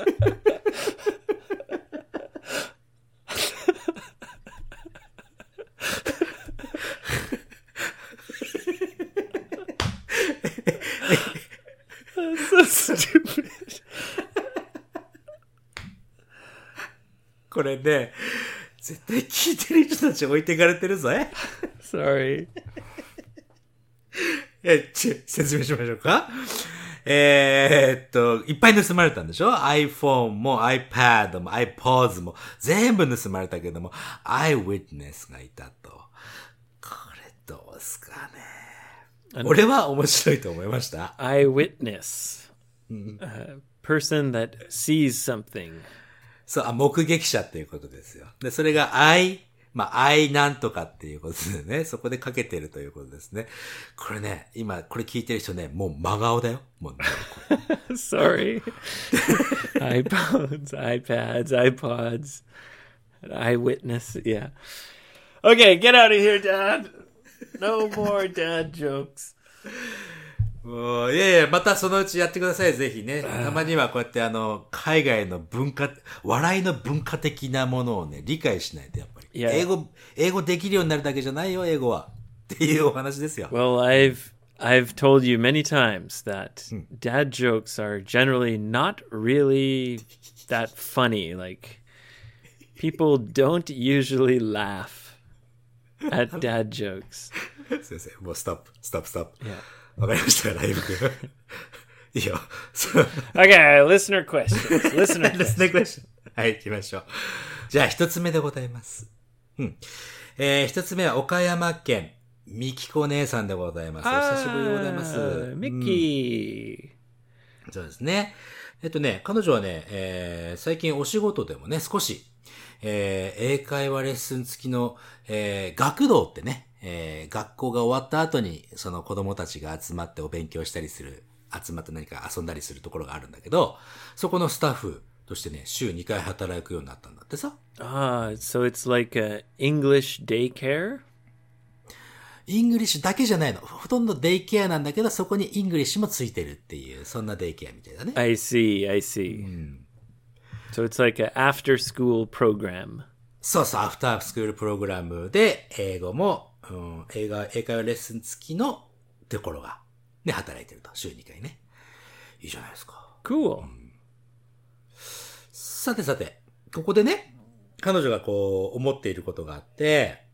[SPEAKER 5] これね、絶対聞いてる人たち置いてかれてるぜ。
[SPEAKER 4] Sorry.
[SPEAKER 5] え、ち、説明しましょうか。えーっと、いっぱい盗まれたんでしょ ?iPhone も iPad も iPods も全部盗まれたけども、Eyewitness がいたと。これどうすかね。俺は面白いと思いました。
[SPEAKER 4] Eyewitness. Uh, person that sees something.
[SPEAKER 5] そう、あ、目撃者っていうことですよ。で、それが愛、まあ、愛なんとかっていうことでね、そこでかけてるということですね。これね、今、これ聞いてる人ね、もう真顔だよ。もうね、
[SPEAKER 4] Sorry. iPhones, iPads, iPods. An eyewitness. Yeah. Okay, get out of here, Dad. No more dad jokes.
[SPEAKER 5] もう、いやいや、またそのうちやってください、ぜひね。たまにはこうやってあの、海外の文化、笑いの文化的なものをね、理解しないと、やっぱり。
[SPEAKER 4] いや
[SPEAKER 5] 英語、英語できるようになるだけじゃないよ、英語は。っていうお話ですよ。
[SPEAKER 4] Well, I've I've told you many times that dad jokes are generally not really that funny. Like people don't usually laugh at dad jokes.
[SPEAKER 5] すいません、もうストップ、ストップ、ストップ
[SPEAKER 4] Yeah.。
[SPEAKER 5] わかりましたか、ライブ君。いいよ。そう
[SPEAKER 4] Okay, listener questions. Listener
[SPEAKER 5] ですね、クエスチョン。はい、行きましょう。じゃあ、一つ目でございます。うん。えー、一つ目は岡山県、みきこ姉さんでございます。お久しぶりでございます。
[SPEAKER 4] Mickey.
[SPEAKER 5] そうですね。えっとね、彼女はね、えー最近お仕事でもね、少し、えー英会話レッスン付きの、えー学童ってね、えー学校が終わった後に、その子供たちが集まってお勉強したりする、集まって何か遊んだりするところがあるんだけど、そこのスタッフとしてね、週2回働くようになったんだってさ。
[SPEAKER 4] Ah, so it's like a English daycare.
[SPEAKER 5] イングリッシュだけじゃないの。ほとんどデイケアなんだけど、そこにイングリッシュもついてるっていう、そんなデイケアみたいだね。
[SPEAKER 4] I see. I see. So it's like an after-school program.
[SPEAKER 5] そうそう、アフタースクールプログラムで、英語も、うん、英語、英会話レッスン付きのところが、ね、働いてると。週2回ね。いいじゃないですか。
[SPEAKER 4] Cool.
[SPEAKER 5] さてさて、ここでね、彼女がこう、思っていることがあって、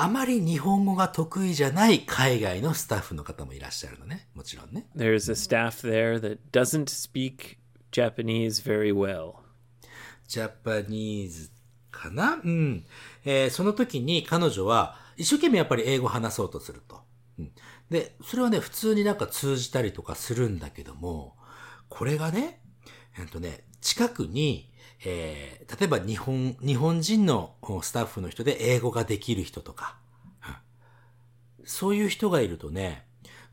[SPEAKER 5] あまり日本語が得意じゃない海外のスタッフの方もいらっしゃるのね。もちろんね。
[SPEAKER 4] There's a staff there that doesn't speak Japanese very well.
[SPEAKER 5] ジャパニーズかなうん。えーその時に彼女は一生懸命やっぱり英語を話そうとすると。うん、で、それはね、普通になんか通じたりとかするんだけども、これがね、えっとね、近くに、えー例えば日本、日本人のおスタッフの人で英語ができる人とか、うんそういう人がいるとね、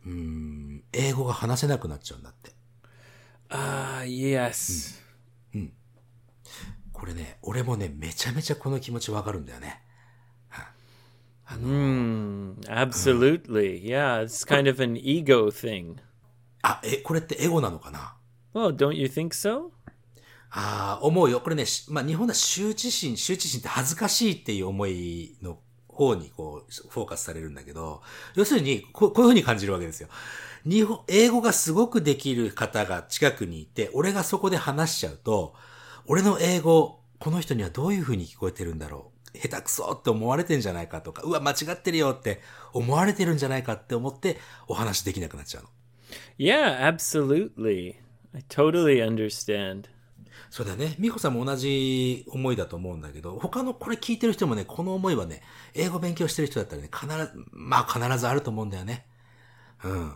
[SPEAKER 5] うーん、英語が話せなくなっちゃうんだって。
[SPEAKER 4] Ah, yes.
[SPEAKER 5] これね、俺もね、めちゃめちゃこの気持ちわかるんだよね。
[SPEAKER 4] Hmm, Absolutely. Yeah, it's kind of an ego thing.
[SPEAKER 5] あ、え、これってエゴなのかな
[SPEAKER 4] Well, don't you think so?
[SPEAKER 5] ああ、思うよ。これね、しまあ日本では羞恥心、羞恥心って恥ずかしいっていう思いの方にこう、フォーカスされるんだけど、要するにこう、こういうふうに感じるわけですよ。日本、英語がすごくできる方が近くにいて、俺がそこで話しちゃうと、俺の英語、この人にはどういうふうに聞こえてるんだろう下手くそって思われてんじゃないかとか、うわ、間違ってるよって思われてるんじゃないかって思って、お話できなくなっちゃうの。
[SPEAKER 4] Yeah, absolutely. I totally understand.
[SPEAKER 5] そうだよね。美穂さんも同じ思いだと思うんだけど、他のこれ聞いてる人もね、この思いはね、英語勉強してる人だったらね、必ず、まあ必ずあると思うんだよね。うん。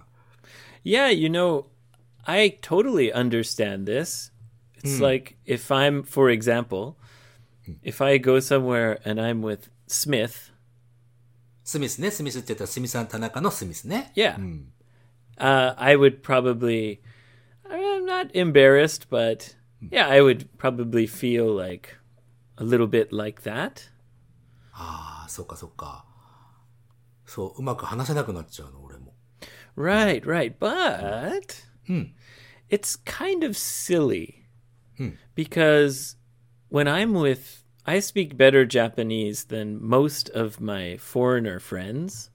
[SPEAKER 4] Yeah, you know, I totally understand this. It's like if I'm, for example, if I go somewhere and I'm with Smith,
[SPEAKER 5] スミスね、スミスって言ったらスミさん田中のスミスね。
[SPEAKER 4] yeah, uh, I would probably, I'm not embarrassed, but yeah, I would probably feel like a little bit like that.
[SPEAKER 5] ああ、そっかそっか。そう、うまく話せなくなっちゃうの、俺も。
[SPEAKER 4] Right, right. But Hmm. it's kind of silly Hmm. because when I'm with, I speak better Japanese than most of my foreigner friends.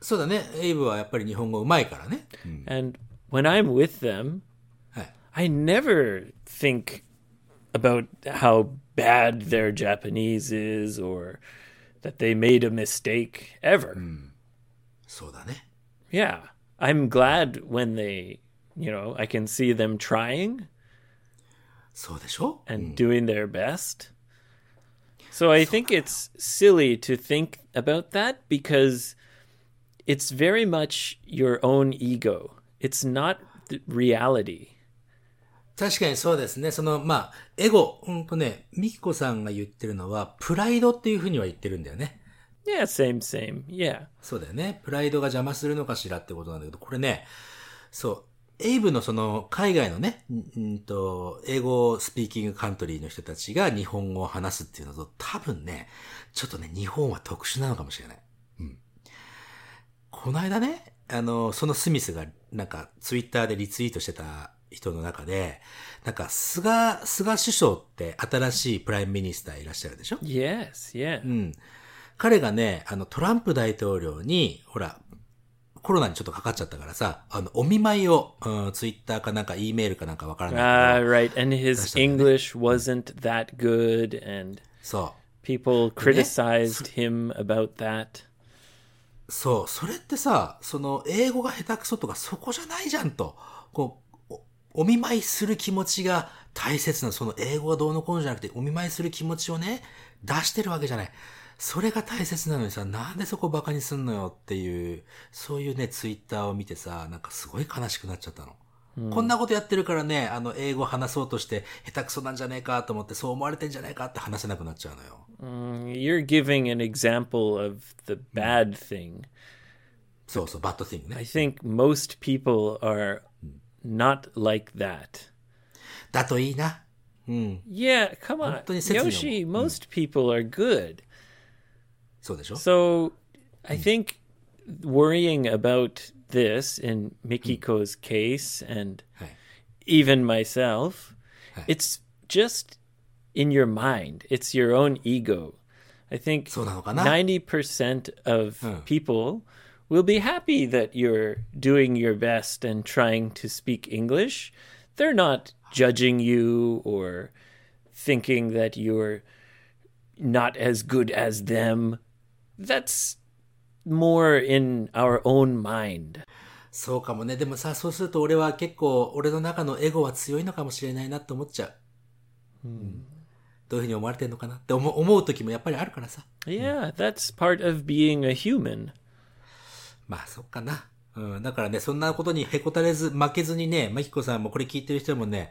[SPEAKER 5] そうだね、エイブはやっぱり日本語うまいからね。
[SPEAKER 4] And when I'm with them,
[SPEAKER 5] Hi.
[SPEAKER 4] I never think about how bad their Japanese is or that they made a mistake ever.
[SPEAKER 5] そうだね。
[SPEAKER 4] Yeah. I'm glad when they, you know, I can see them trying
[SPEAKER 5] そうでしょ
[SPEAKER 4] and doing their best. So I think it's silly to think about that because it's very much your own ego. It's not the reality.
[SPEAKER 5] 確かにそうですね。その、まあ、エゴ、うんとね、ミキコさんが言ってるのは、プライドっていうふうには言ってるんだよね。
[SPEAKER 4] Yeah, same, same. Yeah.
[SPEAKER 5] そうだよね。プライドが邪魔するのかしらってことなんだけど、これね、そう、エイブのその、海外のね、んんと、英語スピーキングカントリーの人たちが日本語を話すっていうのと、多分ね、ちょっとね、日本は特殊なのかもしれない。うん。この間ね、あの、そのスミスが、なんか、ツイッターでリツイートしてた人の中で、なんか、菅、菅首相って新しいプライムミニスターいらっしゃるでしょ
[SPEAKER 4] Yes, yeah.
[SPEAKER 5] うん。彼がね、あの、トランプ大統領に、ほら、コロナにちょっとかかっちゃったからさ、あの、お見舞いを、うん、ツイッターかなんか、E メールかなんかわからない
[SPEAKER 4] Ah,
[SPEAKER 5] け
[SPEAKER 4] right.
[SPEAKER 5] ど、
[SPEAKER 4] And his English wasn't that good, and
[SPEAKER 5] そ
[SPEAKER 4] people criticized him about that.
[SPEAKER 5] う、そう、それってさ、その、英語が下手くそとかそこじゃないじゃんと、こう、おお見舞いする気持ちが大切な、その英語がどうのこうのじゃなくて、お見舞いする気持ちをね、出してるわけじゃない。それが大切なのにさ、なんでそこバカにすんのよっていう、そういうね、ツイッターを見てさ、なんかすごい悲しくなっちゃったの。こんなことやってるからね、あの、英語話そうとして、下手くそなんじゃねえかと思って、そう思われてんじゃねえかって話せなくなっちゃうのよ。
[SPEAKER 4] Mm, You're giving an example of the bad thing.
[SPEAKER 5] そうそう、バッドティングね
[SPEAKER 4] I。think most people are not like that.
[SPEAKER 5] だといいな。うん。
[SPEAKER 4] Yeah, come on.
[SPEAKER 5] 本当に切に思う。
[SPEAKER 4] Yoshi,
[SPEAKER 5] うん。
[SPEAKER 4] most people are good.
[SPEAKER 5] そうでしょ
[SPEAKER 4] So I think worrying about this in Mikiko's case and
[SPEAKER 5] はい。
[SPEAKER 4] even myself,
[SPEAKER 5] Huh.
[SPEAKER 4] it's just in your mind. It's your own ego. I think
[SPEAKER 5] そうなのかな？
[SPEAKER 4] 90% of
[SPEAKER 5] Huh.
[SPEAKER 4] people will be happy that you're doing your best and trying to speak English. They're not judging you or thinking that you're not as good as them. That's more in our own mind.
[SPEAKER 5] そうかもね。でもさ、そうすると俺は結構、俺の中のエゴは強いのかもしれないなって思っちゃう。うん。どういうふうに思われてんのかなって思う思う時もやっぱりあるからさ。
[SPEAKER 4] Yeah, that's part of being a human.
[SPEAKER 5] まあ、そっかな。うん、だからね、そんなことにへこたれず、負けずにね、マキコさんもこれ聞いてる人もね、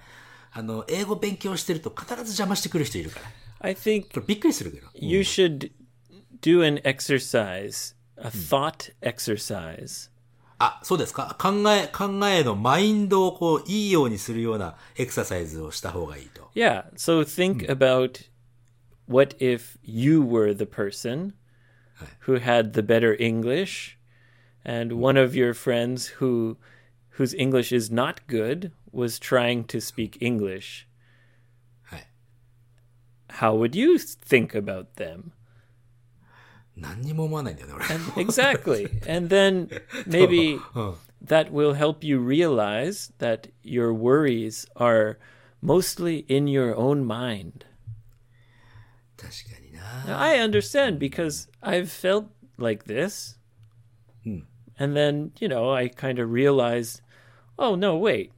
[SPEAKER 5] あの、英語勉強してると必ず邪魔してくる人いるから。
[SPEAKER 4] I think
[SPEAKER 5] これびっくりするけど。
[SPEAKER 4] you should do an exercise, a thought exercise.
[SPEAKER 5] あ、そうですか考え、考えのマインドをこう、いいようにするようなエクササイズをした方がいいと。
[SPEAKER 4] Yeah. So think about what if you were the person who had the better English and one of your friends who whose English is not good was trying to speak English.
[SPEAKER 5] はい。
[SPEAKER 4] How would you think about them?
[SPEAKER 5] 何にも思わないんだよね、 俺。
[SPEAKER 4] Exactly. and then maybe
[SPEAKER 5] うん。
[SPEAKER 4] that will help you realize that your worries are mostly in your own mind.
[SPEAKER 5] 確かにな。
[SPEAKER 4] Now, I understand because I've felt like this. And then, you know, I kind of realized, oh, no, wait.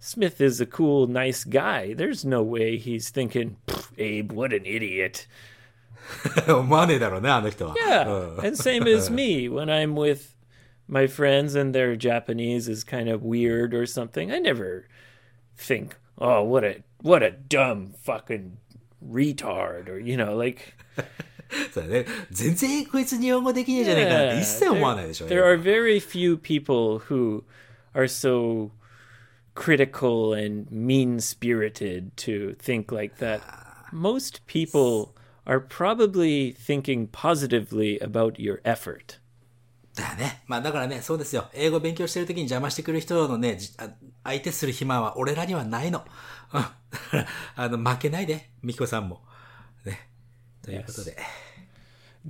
[SPEAKER 4] Smith is a cool, nice guy. There's no way he's thinking, "Pff, Abe, what an idiot.
[SPEAKER 5] 思わねえだろうね、あの人は。
[SPEAKER 4] Yeah.
[SPEAKER 5] うん
[SPEAKER 4] and same as me when I'm with my friends and their Japanese is kind of weird or something. I never think, "Oh, what a what a dumb fucking retard," or you know, like
[SPEAKER 5] そうだね。全然こいつ日本語できねえじゃねえかなって一切
[SPEAKER 4] there-
[SPEAKER 5] 思わないでしょ。
[SPEAKER 4] There are very few people who are so critical and mean-spirited to think like that. Most people are probably thinking positively about your effort.
[SPEAKER 5] だよね。まあだからね、そうですよ。英語勉強してる時に邪魔してくる人のね、じあ相手する暇は俺らにはないの。うん だからあの、負けないで、みきこさんも。ね。ということで。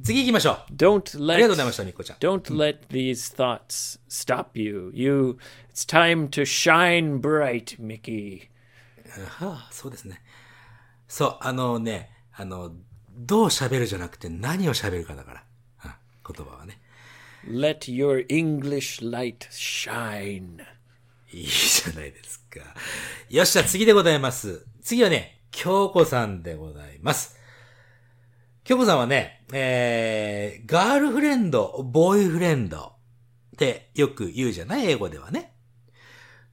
[SPEAKER 5] 次行きましょう。
[SPEAKER 4] Don't
[SPEAKER 5] ありがとうござい
[SPEAKER 4] let
[SPEAKER 5] ました、みきこちゃん。
[SPEAKER 4] Don't let these thoughts stop you. You it's time to shine bright, Mickey.
[SPEAKER 5] そうですね。そう、あのね、あの、どう喋るじゃなくて何を喋るかだから。うん、言葉はね。
[SPEAKER 4] Let your English light shine.
[SPEAKER 5] いいじゃないですか。よっしゃ、次でございます。次はね、京子さんでございます。京子さんはね、えー、ガールフレンド、ボーイフレンドってよく言うじゃない英語ではね。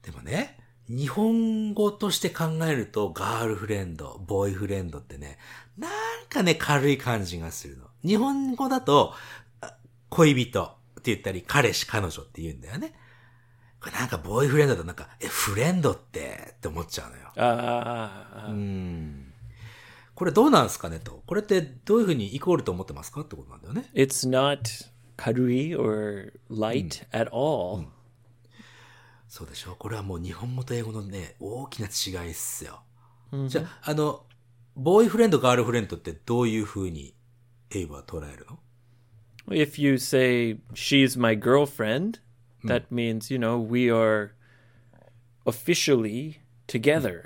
[SPEAKER 5] でもね、日本語として考えると、ガールフレンド、ボーイフレンドってね、なんかね、軽い感じがするの。日本語だと、あ恋人って言ったり、彼氏、彼女って言うんだよね。これなんかボーイフレンドだとなんか、え、フレンドってって思っちゃうのよ。
[SPEAKER 4] あ
[SPEAKER 5] う
[SPEAKER 4] あ、
[SPEAKER 5] ん。これどうなんですかねと。これってどういうふうにイコールと思ってますかってことなんだよね。
[SPEAKER 4] it's not karui or light at all.
[SPEAKER 5] そうでしょこれはもう日本語と英語のね、大きな違いっすよ。じゃあ、あの、ボーイフレンド、ガールフレンドってどういうふうにエイブは捉えるの
[SPEAKER 4] If you say she's my girlfriend, that means, you know, we are officially together.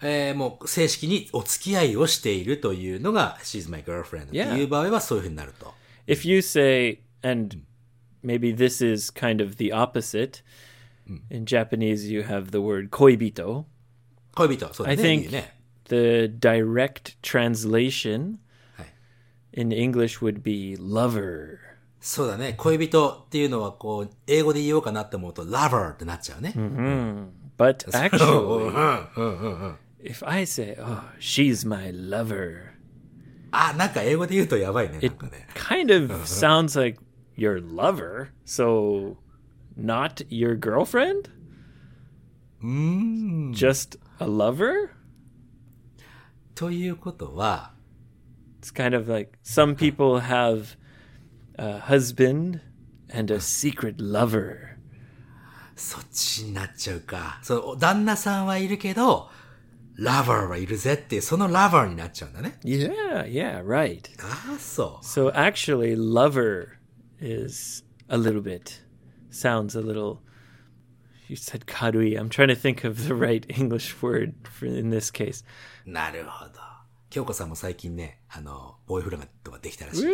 [SPEAKER 5] えー、もう正式にお付き合いをしているというのが She's my girlfriend っていう場合はそういうふうになると。
[SPEAKER 4] If you say, and maybe this is kind of the opposite, in Japanese you have the word koibito.
[SPEAKER 5] 恋人、そうだ
[SPEAKER 4] I
[SPEAKER 5] ね。
[SPEAKER 4] think
[SPEAKER 5] いいね。
[SPEAKER 4] The direct translation
[SPEAKER 5] はい。
[SPEAKER 4] in English would be lover.
[SPEAKER 5] そうだね。恋人っていうのはこう、英語で言おうかなって思うと、lover ってなっちゃうね。
[SPEAKER 4] But
[SPEAKER 5] うん Oh.
[SPEAKER 4] actually,
[SPEAKER 5] うんうんうん
[SPEAKER 4] if I say, oh, she's my lover,
[SPEAKER 5] あ、なんか英語で言うとやばいね。なんかね。
[SPEAKER 4] kind of sounds like your lover. So, not your girlfriend? Just a lover?
[SPEAKER 5] ということは、
[SPEAKER 4] It's kind of like some people have a husband and a secret lover.
[SPEAKER 5] そっちになっちゃうか。その、旦那さんはいるけど、lover はいるぜっていう、その lover になっちゃうんだね。
[SPEAKER 4] Yeah, yeah, right.
[SPEAKER 5] ああ、そう。
[SPEAKER 4] So actually, lover is a little bit sounds a little. You said karui. I'm trying to think of the right English word for in this case.
[SPEAKER 5] なるほど。京子さんも最近ね、あの、ボーイフレンドができたらしい。
[SPEAKER 4] Ooh,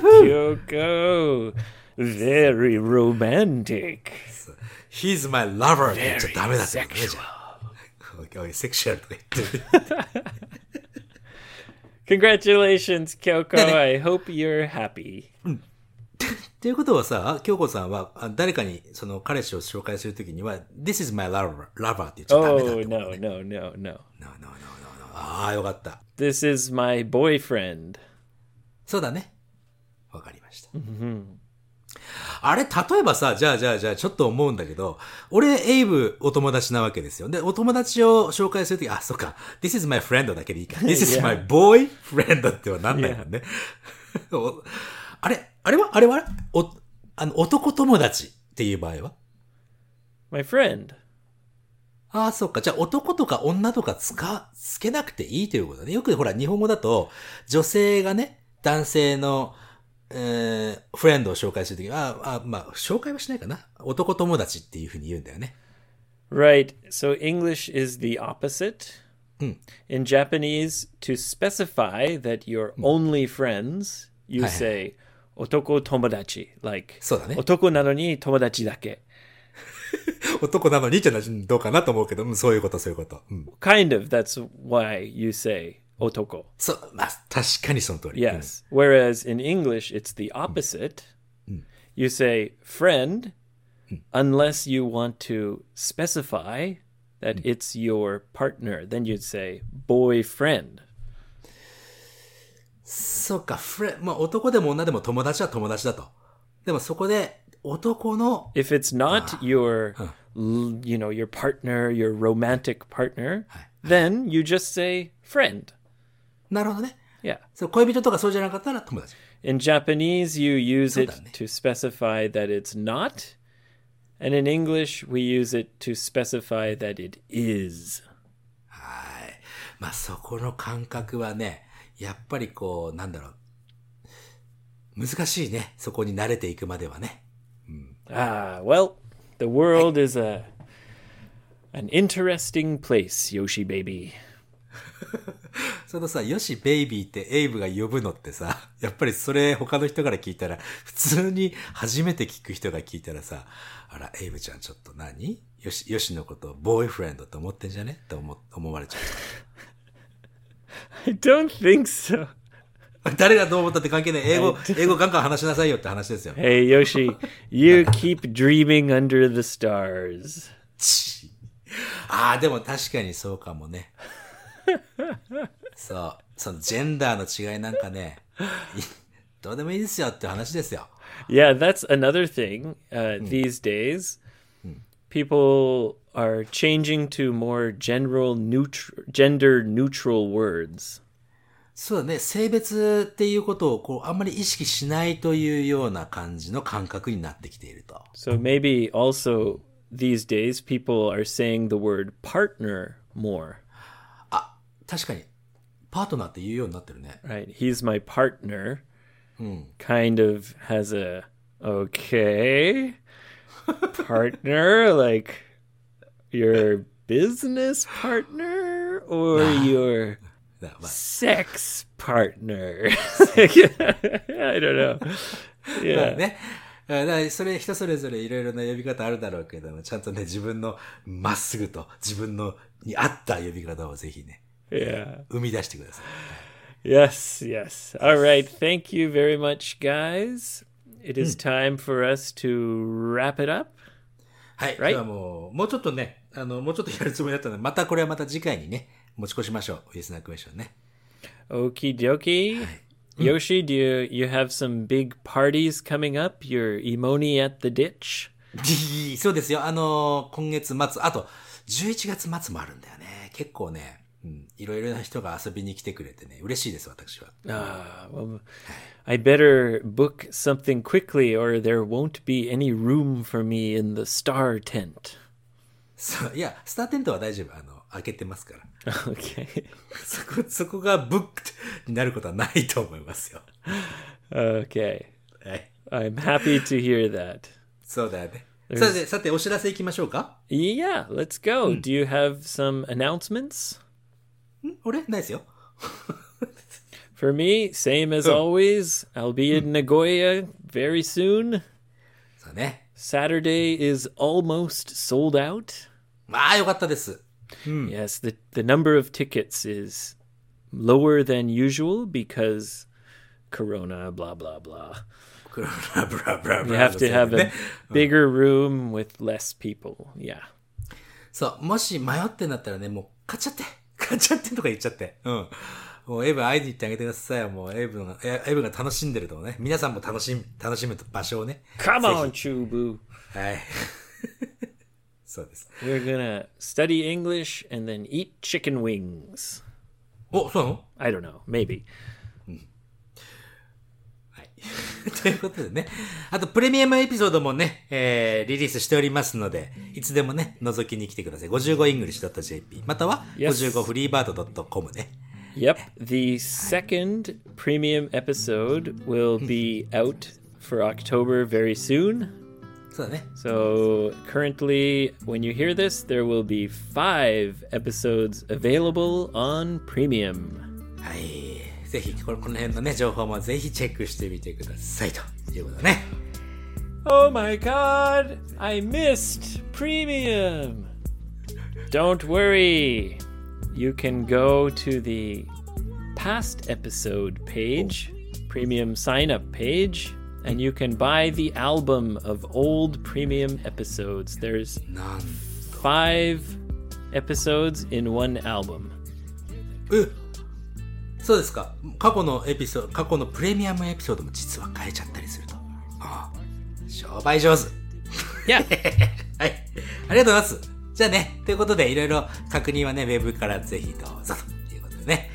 [SPEAKER 4] Kyoko, very romantic.
[SPEAKER 5] He's my lover って言っちゃダメだったんだね、じゃあ。 おい、セクシュアルとか言ってる。
[SPEAKER 4] Congratulations, Kyoko. I hope you're happy.
[SPEAKER 5] っていうことはさ、京子さんは、あ誰かに、その、彼氏を紹介するときには、This is my lover, lover って言っちゃダメだ
[SPEAKER 4] Oh
[SPEAKER 5] ってことね。
[SPEAKER 4] no, no, no, no.
[SPEAKER 5] No, no, no, no, no. ああ、よかった。
[SPEAKER 4] This is my boyfriend.
[SPEAKER 5] そうだね。わかりました。あれ、例えばさ、じゃあじゃあじゃあ、ちょっと思うんだけど、俺、エイブ、お友達なわけですよ。で、お友達を紹介するとき、あ、そっか、This is my friend だけでいいか。This is my boy friend ってはなんないもんね。 おあれ、あれはあれはお、あの、男友達っていう場合は
[SPEAKER 4] My friend.
[SPEAKER 5] ああ、そっか。じゃあ、男とか女とかつか、つけなくていいということだね。よくほら、日本語だと、女性がね、男性の、えー、フレンドを紹介するときは、ああ、まあ、紹介はしないかな。男友達っていうふうに言うんだよね。
[SPEAKER 4] Right. So English is the opposite.
[SPEAKER 5] Hmm.
[SPEAKER 4] In Japanese, to specify that you're only friends, you
[SPEAKER 5] Hmm. Hi.
[SPEAKER 4] say otoko tomodachi, like
[SPEAKER 5] そうだね。
[SPEAKER 4] otoko nano ni tomodachi dake.
[SPEAKER 5] 男なのにって話どうかなと思うけど、うん、そういうこと、そういうこと。うん。
[SPEAKER 4] Kind of. That's why you say otoko.
[SPEAKER 5] そう、まあ、確かにその通り。うん
[SPEAKER 4] Yes. Whereas in English, it's the opposite. You say friend unless you want to specify that it's your partner. Then you'd say boyfriend.
[SPEAKER 5] そうか、フレ、まあ、男でも女でも友達は友達だと。でも、そこで、男の、
[SPEAKER 4] if it's not your l- you know your partner your romantic partner then you just say friend
[SPEAKER 5] なるほどね。
[SPEAKER 4] yeah
[SPEAKER 5] そう、恋人とかそうじゃなかったら友達。
[SPEAKER 4] in japanese you use it
[SPEAKER 5] そうだね。
[SPEAKER 4] to specify that it's not and in english we use it to specify that it is
[SPEAKER 5] はい。まあそこの感覚はね、やっぱりこう、なんだろう。難しいね。そこに慣れていくまではね。
[SPEAKER 4] ah well the world is a an interesting place yoshi baby
[SPEAKER 5] そのさ、よしベイビーってエイブが呼ぶのってさ、やっぱりそれ他の人から聞いたら、普通に初めて聞く人が聞いたらさ、あら、エイブちゃんちょっと何よし、よしのことをボーイフレンドと思ってんじゃねって思、思われちゃう。
[SPEAKER 4] I don't think so.
[SPEAKER 5] 誰がどう思ったって関係ない。英語、英語ガンガン話しなさいよって話ですよ。
[SPEAKER 4] Hey, Yoshi, you keep dreaming under the stars.
[SPEAKER 5] ち ああ、でも確かにそうかもね。 そう。そのジェンダーの違いなんかね、いどうでもいいですよって話ですよ。
[SPEAKER 4] Yeah, that's another thing uh, these days. People are changing to more general, neutr- gender neutral words.
[SPEAKER 5] そうだね。性別っていうことをこう、あんまり意識しないというような感じの感覚になってきていると。
[SPEAKER 4] So maybe also these days people are saying the word partner more,
[SPEAKER 5] あ、確かに、パートナーって言うようになってるね。
[SPEAKER 4] right? He's my partner. Kind of has a okay partner like your business partner or your
[SPEAKER 5] だからまあ
[SPEAKER 4] sex partner. I don't know.
[SPEAKER 5] だ
[SPEAKER 4] Yeah.
[SPEAKER 5] ね。だからそれ人それぞれいろいろな呼び方あるだろうけども、ちゃんとね、自分のまっすぐと自分のに合った呼び方をぜひね、
[SPEAKER 4] Yeah.
[SPEAKER 5] 生み出してください。
[SPEAKER 4] Yes, yes. All right. Thank you very much, guys. It is time for us to wrap it up.
[SPEAKER 5] はい。
[SPEAKER 4] Right.
[SPEAKER 5] ではもう、もうちょっとね、あの、もうちょっとやるつもりだったので、またこれはまた次回にね、持ち越しましょう。ウィスナークエッションね。
[SPEAKER 4] Okie dokie. Yoshi, do you, you have some big parties coming up? Your Emoni at the Ditch?
[SPEAKER 5] そうですよ。あの、今月末、あと、11月末もあるんだよね。結構ね、うん、いろいろな人が遊びに来てくれてね、嬉しいです、私は。
[SPEAKER 4] Ah, well, I better book something quickly or there won't be any room for me in the star tent.
[SPEAKER 5] そういや、スターテントは大丈夫。あの、開けてますから。
[SPEAKER 4] Okay.
[SPEAKER 5] そこ、そこがブックになることはないと思いますよ。
[SPEAKER 4] Okay.
[SPEAKER 5] はい。
[SPEAKER 4] I'm happy to hear that.
[SPEAKER 5] そうだよね。さて、さて、お知らせいきましょうか
[SPEAKER 4] Yeah, let's go. Do you have some announcements?
[SPEAKER 5] 俺ないですよ。
[SPEAKER 4] For me, same as always. I'll be in Nagoya very soon.
[SPEAKER 5] そうね。
[SPEAKER 4] Saturday is almost sold out.
[SPEAKER 5] まあ、よかったです。
[SPEAKER 4] Yes, the, the number of tickets is lower than usual because Corona, blah, blah, blah.
[SPEAKER 5] ブラブラブラブ
[SPEAKER 4] You
[SPEAKER 5] ラ
[SPEAKER 4] have
[SPEAKER 5] のせい
[SPEAKER 4] to have
[SPEAKER 5] でね
[SPEAKER 4] a bigger room with less people. Yeah.
[SPEAKER 5] そう、もし迷ってんだったらね、もう買っちゃって。買っちゃってとか言っちゃって。うん。もうエイブ会いに行ってあげてくださいよ。もうエイブの、エイブが楽しんでるとこね。皆さんも楽しむ、楽しむ場所をね。
[SPEAKER 4] Come on, Chubu.
[SPEAKER 5] はい。そうです。
[SPEAKER 4] We're going to study English and then eat chicken wings.
[SPEAKER 5] お、そうなの
[SPEAKER 4] I don't know. Maybe.
[SPEAKER 5] ということでね。あと、プレミアムエピソードもね、えー、リリースしておりますので、いつでもね、覗きに来てください。55english.jp、または
[SPEAKER 4] Yes
[SPEAKER 5] 55 f r e e b i r d c o m ね。
[SPEAKER 4] Yep. The second premium episode will be out for October very soon.
[SPEAKER 5] そうだね。
[SPEAKER 4] So, currently, when you hear this, there will be five episodes available on premium.
[SPEAKER 5] はい。ぜひ、このこの辺のね、情報もぜひチェックしてみてください。ということでね。
[SPEAKER 4] Oh my god! I missed premium! Don't worry! You can go to the past episode page, premium sign up page, and you can buy the album of old premium episodes. There's
[SPEAKER 5] なん、
[SPEAKER 4] five episodes in one album.
[SPEAKER 5] えそうですか。過去のエピソード、過去のプレミアムエピソードも実は変えちゃったりすると。ああ商売上手。
[SPEAKER 4] Yeah!
[SPEAKER 5] はい。ありがとうございます。じゃあね、ということで、いろいろ確認はね、ウェブからぜひどうぞということでね。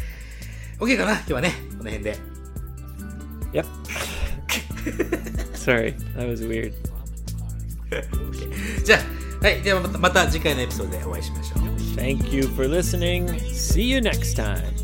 [SPEAKER 5] OK かな今日はね、この辺で。
[SPEAKER 4] yep. Sorry, that was weird.
[SPEAKER 5] じゃあ、はい。ではまたまた次回のエピソードでお会いしましょう。
[SPEAKER 4] Thank you for listening. See you next time.